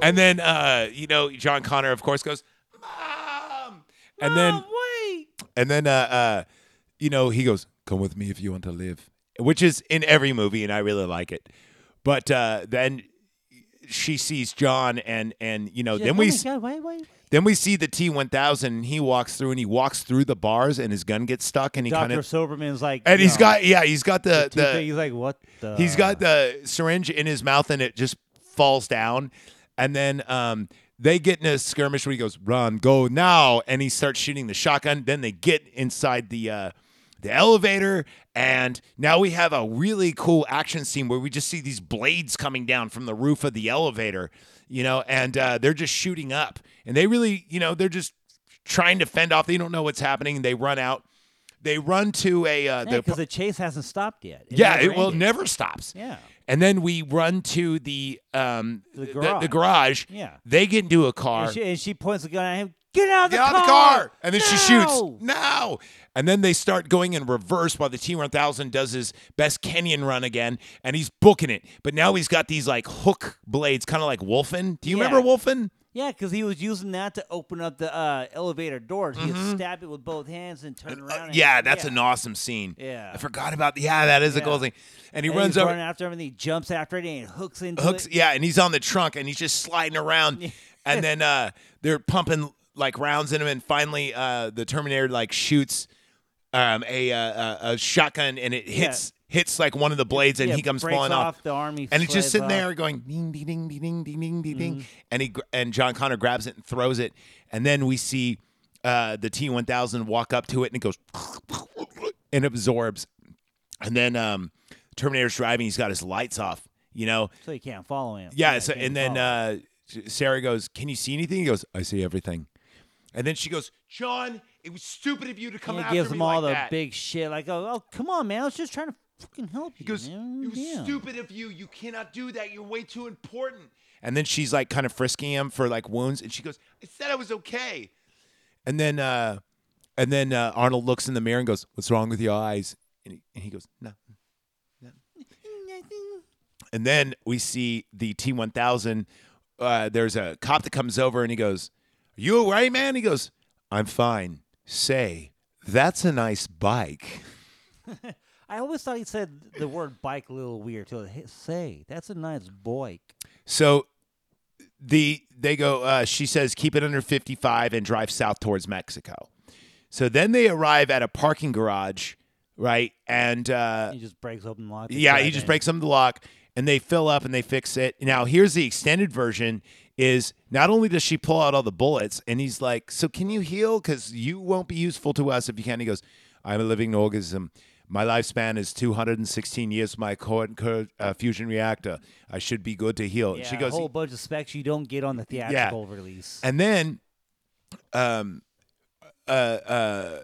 Speaker 1: And then, uh, you know, John Connor, of course, goes, Mom! And then,
Speaker 2: wait.
Speaker 1: and then, uh, uh, you know, he goes, Come with me if you want to live, which is in every movie, and I really like it. But uh, then she sees John, and, and you know,
Speaker 2: Yeah,
Speaker 1: then
Speaker 2: oh
Speaker 1: we.
Speaker 2: my
Speaker 1: s-
Speaker 2: God, wait, wait.
Speaker 1: Then we see the T1000 and he walks through and he walks through the bars and his gun gets stuck and he
Speaker 2: Doctor
Speaker 1: kind of
Speaker 2: Soberman's like,
Speaker 1: and he's
Speaker 2: no,
Speaker 1: got yeah, he's got the
Speaker 2: two things.
Speaker 1: the
Speaker 2: he's like, what? the
Speaker 1: he's got the syringe in his mouth and it just falls down and then um they get in a skirmish where he goes run go now and he starts shooting the shotgun then they get inside the uh the elevator and now we have a really cool action scene where we just see these blades coming down from the roof of the elevator you know and uh, they're just shooting up and they really you know they're just trying to fend off they don't know what's happening they run out they run to a uh,
Speaker 2: because
Speaker 1: the
Speaker 2: the chase hasn't stopped yet.
Speaker 1: yeah,
Speaker 2: never
Speaker 1: it will
Speaker 2: ended.
Speaker 1: never stops.
Speaker 2: Yeah.
Speaker 1: And then we run to the um
Speaker 2: The
Speaker 1: The,
Speaker 2: garage.
Speaker 1: garage.
Speaker 2: Yeah.
Speaker 1: They get into a car.
Speaker 2: And she, and she points the gun at him. Get out of the
Speaker 1: get out
Speaker 2: car!
Speaker 1: of the car. And then she shoots.
Speaker 2: now!"
Speaker 1: No. And then they start going in reverse while the T1000 does his best Kenyan run again and he's booking it. But now he's got these like hook blades kind of like Wolfen. Do you
Speaker 2: Yeah.
Speaker 1: remember Wolfen?
Speaker 2: Yeah, because he was using that to open up the uh, elevator doors. He'd stab it with both hands and turn around. and-
Speaker 1: Mm-hmm. uh, yeah, that's
Speaker 2: yeah.
Speaker 1: an awesome scene.
Speaker 2: Yeah.
Speaker 1: I forgot about Yeah, that is a cool
Speaker 2: Yeah.
Speaker 1: thing. And he
Speaker 2: And
Speaker 1: runs
Speaker 2: he's
Speaker 1: over
Speaker 2: running after him, and he jumps after it and hooks into
Speaker 1: hooks
Speaker 2: it.
Speaker 1: yeah and he's on the trunk and he's just sliding around and then uh they're pumping like rounds in him and finally uh the terminator like shoots um a uh, a, a shotgun and it hits hits like one of the blades and
Speaker 2: Yeah,
Speaker 1: he comes
Speaker 2: breaks
Speaker 1: falling off,
Speaker 2: off the arm, he
Speaker 1: and it's just
Speaker 2: flies
Speaker 1: sitting there
Speaker 2: off. Mm-hmm.
Speaker 1: going ding ding ding ding ding ding ding ding ding and he gr- and John Connor grabs it and throws it and then we see uh the T1000 walk up to it and it goes and absorbs and then um Terminator's driving he's got his lights off you know
Speaker 2: So you can't follow him.
Speaker 1: yeah,
Speaker 2: you
Speaker 1: so,
Speaker 2: can't
Speaker 1: and then
Speaker 2: follow him.
Speaker 1: uh, Sarah goes, "Can you see anything?" He goes, "I see everything." And then she goes, "John, it was stupid of you to come
Speaker 2: And
Speaker 1: after
Speaker 2: he gives
Speaker 1: me
Speaker 2: them all
Speaker 1: like
Speaker 2: the
Speaker 1: that."
Speaker 2: big shit. Like, oh, oh, come on, man. I was just trying to fucking help you.
Speaker 1: He goes,
Speaker 2: man.
Speaker 1: "It was
Speaker 2: Yeah.
Speaker 1: stupid of you. You cannot do that. You're way too important." And then she's like, kind of frisking him for like wounds, and she goes, "I said I was okay." And then, uh, and then uh, Arnold looks in the mirror and goes, "What's wrong with your eyes?" And he, and he goes, "No."
Speaker 2: Mm,
Speaker 1: And then we see the T1000. Uh, there's a cop that comes over and he goes, Are you all right, man? He goes, I'm fine. Say, that's a nice bike.
Speaker 2: I always thought he said the word bike a little weird too. Hey, say, that's a nice bike.
Speaker 1: So the they go, uh, she says, keep it under 55 and drive south towards Mexico. So then they arrive at a parking garage, right? And uh,
Speaker 2: He just breaks open the lock. and
Speaker 1: Yeah, he
Speaker 2: drive
Speaker 1: just
Speaker 2: in.
Speaker 1: breaks them the lock and they fill up and they fix it. Now, here's the extended version is not only does she pull out all the bullets and he's like, "So can you heal cuz you won't be useful to us if you can." He goes, "I'm a living organism. My lifespan is 216 years my core cor- uh, fusion reactor. I should be good to heal."
Speaker 2: Yeah,
Speaker 1: and she goes,
Speaker 2: a whole bunch of specs you don't get on the theatrical release.
Speaker 1: and then, um, uh, uh,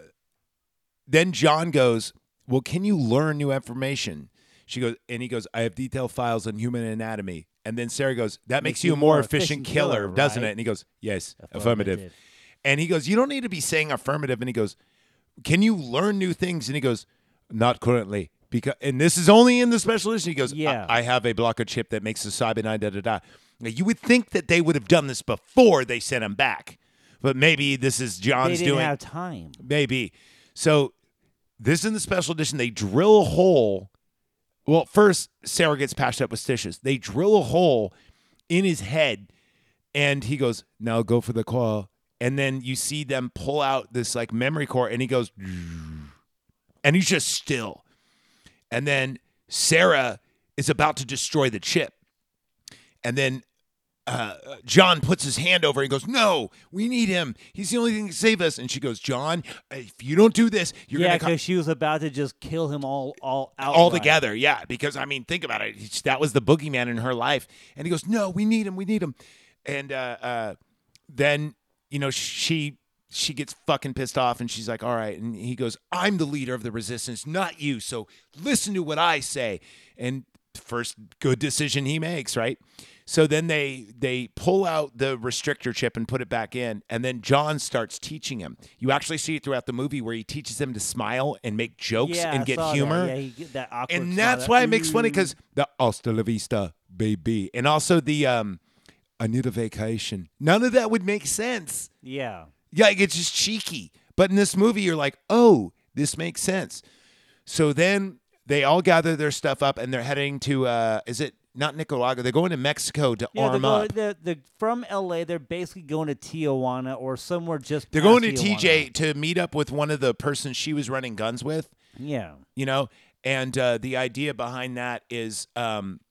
Speaker 1: then John goes, "Well, can you learn new information?" She goes, and he goes, "I have detailed files on human anatomy." And then Sarah goes, "That makes, you a more efficient, killer, doesn't
Speaker 2: right?
Speaker 1: it?" And he goes, "Yes, affirmative.
Speaker 2: Affirmative.
Speaker 1: And he goes, "You don't need to be saying affirmative." And he goes, "Can you learn new things?" And he goes, "Not currently." Because and this is only in the special edition. He goes, "I-
Speaker 2: Yeah.
Speaker 1: I, have a blocker chip that makes the cybernine da da da." Now, you would think that they would have done this before they sent him back, but maybe this is
Speaker 2: They
Speaker 1: John's
Speaker 2: didn't
Speaker 1: doing.
Speaker 2: have time.
Speaker 1: Maybe. So this in the special edition, they drill a hole. Well, first Sarah gets patched up with stitches. They drill a hole in his head, and he goes, "Now go for the claw." And then you see them pull out this like memory core, and he goes, and he's just still. And then Sarah is about to destroy the chip, and then uh, John puts his hand over and goes, No, we need him. He's the only thing that can save us. And she goes, John, if you don't do this, you're
Speaker 2: yeah,
Speaker 1: going to come
Speaker 2: because she was about to just kill him all all out
Speaker 1: all together. Yeah, because I mean, think about it. He- That was the boogeyman in her life. And he goes, No, we need him. We need him. And uh, uh, then, you know, she. She gets fucking pissed off and she's like, All right. And he goes, I'm the leader of the resistance, not you. So listen to what I say. And first good decision he makes, right? So then they they pull out the restrictor chip and put it back in, and then John starts teaching him. You actually see it throughout the movie where he teaches him to smile and make jokes
Speaker 2: Yeah,
Speaker 1: and
Speaker 2: I
Speaker 1: get
Speaker 2: saw that.
Speaker 1: humor.
Speaker 2: Yeah, he get that mm, awkward
Speaker 1: and
Speaker 2: smile,
Speaker 1: that's
Speaker 2: that,
Speaker 1: why it makes funny
Speaker 2: "Ooh."
Speaker 1: because the hasta la vista baby, and also the um I need a vacation. None of that would make sense.
Speaker 2: Yeah.
Speaker 1: Yeah, like it's just cheeky. But in this movie, you're like, oh, this makes sense. So then they all gather their stuff up and they're heading to, uh, is it not Nicaragua? They're going to Mexico to
Speaker 2: Yeah, they're,
Speaker 1: arm
Speaker 2: going,
Speaker 1: up.
Speaker 2: they're, they're from LA. They're basically going to Tijuana or somewhere just.
Speaker 1: They're
Speaker 2: past
Speaker 1: going to
Speaker 2: Tijuana.
Speaker 1: TJ to meet up with one of the persons she was running guns with,
Speaker 2: Yeah,
Speaker 1: you know? And uh, the idea behind that is, um,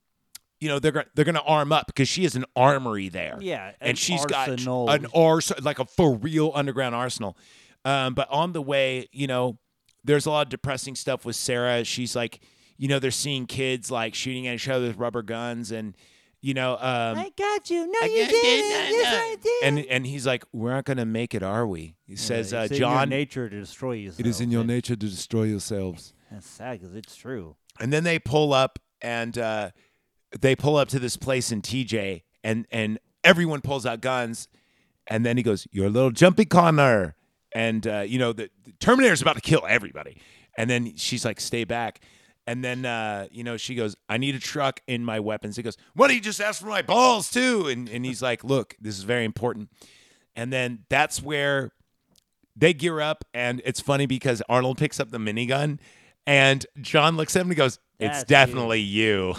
Speaker 1: you know, they're, go- they're going to arm up because she has an armory there.
Speaker 2: Yeah, an
Speaker 1: And she's
Speaker 2: arsenal.
Speaker 1: got an arse like a for real underground arsenal. Um, but on the way, you know, there's a lot of depressing stuff with Sarah. She's like, you know, they're seeing kids like shooting at each other with rubber guns and, you know, um,
Speaker 2: I got you. No,
Speaker 1: I
Speaker 2: you
Speaker 1: did,
Speaker 2: didn't.
Speaker 1: I
Speaker 2: Yes,
Speaker 1: know.
Speaker 2: I did.
Speaker 1: And and he's like, we're not gonna make it, are we? He says,
Speaker 2: Yeah,
Speaker 1: uh,
Speaker 2: it's in your
Speaker 1: John.
Speaker 2: nature to destroy you.
Speaker 1: It is in your nature to destroy yourselves.
Speaker 2: That's sad because it's true.
Speaker 1: And then they pull up and uh, they pull up to this place in TJ, and and everyone pulls out guns, and then he goes, "You're a little jumpy, Connor," and uh, you know the, the Terminator's about to kill everybody, and then she's like, "Stay back." And then uh, you know she goes, "I need a truck in my weapons." He goes, "What do you just ask for my balls too?" And and he's like, "Look, this is very important." And then that's where they gear up, and it's funny because Arnold picks up the minigun, and John looks at him and goes, "It's
Speaker 2: That's
Speaker 1: definitely you."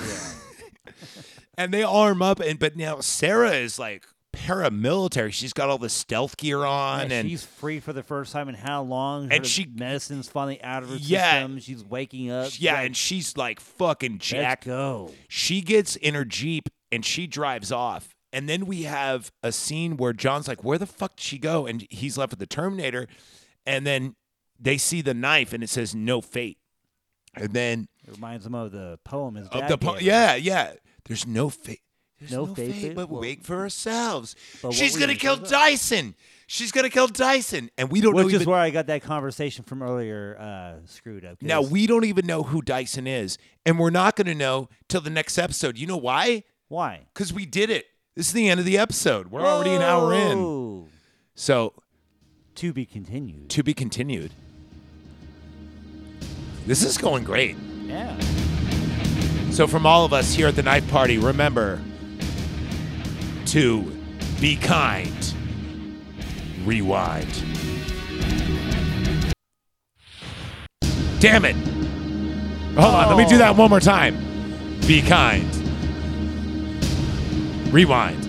Speaker 1: and they arm up, and but now Sarah is like paramilitary. She's got all the stealth gear on,
Speaker 2: Yeah,
Speaker 1: and
Speaker 2: she's free for the first time in how long?
Speaker 1: and
Speaker 2: Her
Speaker 1: she-
Speaker 2: medicine's finally out of her
Speaker 1: Yeah.
Speaker 2: system. She's waking up.
Speaker 1: yeah,
Speaker 2: like,
Speaker 1: and she's like fucking
Speaker 2: let's
Speaker 1: jacked
Speaker 2: go.
Speaker 1: She gets in her Jeep and she drives off. And then we have a scene where John's like, Where the fuck did she go? And he's left with the Terminator. And then they see the knife and it says, No fate. And then,
Speaker 2: It reminds him of the poem. His
Speaker 1: of
Speaker 2: dad
Speaker 1: the po-
Speaker 2: gave him.
Speaker 1: yeah, yeah, there's no fate. There's
Speaker 2: No
Speaker 1: no,
Speaker 2: fate,
Speaker 1: fate,
Speaker 2: but
Speaker 1: but
Speaker 2: what-
Speaker 1: wait for ourselves.
Speaker 2: but what
Speaker 1: She's
Speaker 2: we
Speaker 1: going to kill
Speaker 2: ourselves are.
Speaker 1: Dyson. She's going to kill Dyson. And we don't know
Speaker 2: Which
Speaker 1: even.
Speaker 2: is where I got that conversation from earlier uh, screwed up. 'cause-
Speaker 1: Now we don't even know who Dyson is, and we're not going to know till the next episode. You know why?
Speaker 2: why?
Speaker 1: Because we did it. This is the end of the episode. We're already an hour in.
Speaker 2: Whoa.
Speaker 1: So,
Speaker 2: Oh! To be continued.
Speaker 1: to be continued. This is going great.
Speaker 2: Yeah.
Speaker 1: So, from all of us here at the Knife Party, remember to be kind. Rewind. Damn it. Hold on. Let me do that one more time. Be kind. Rewind.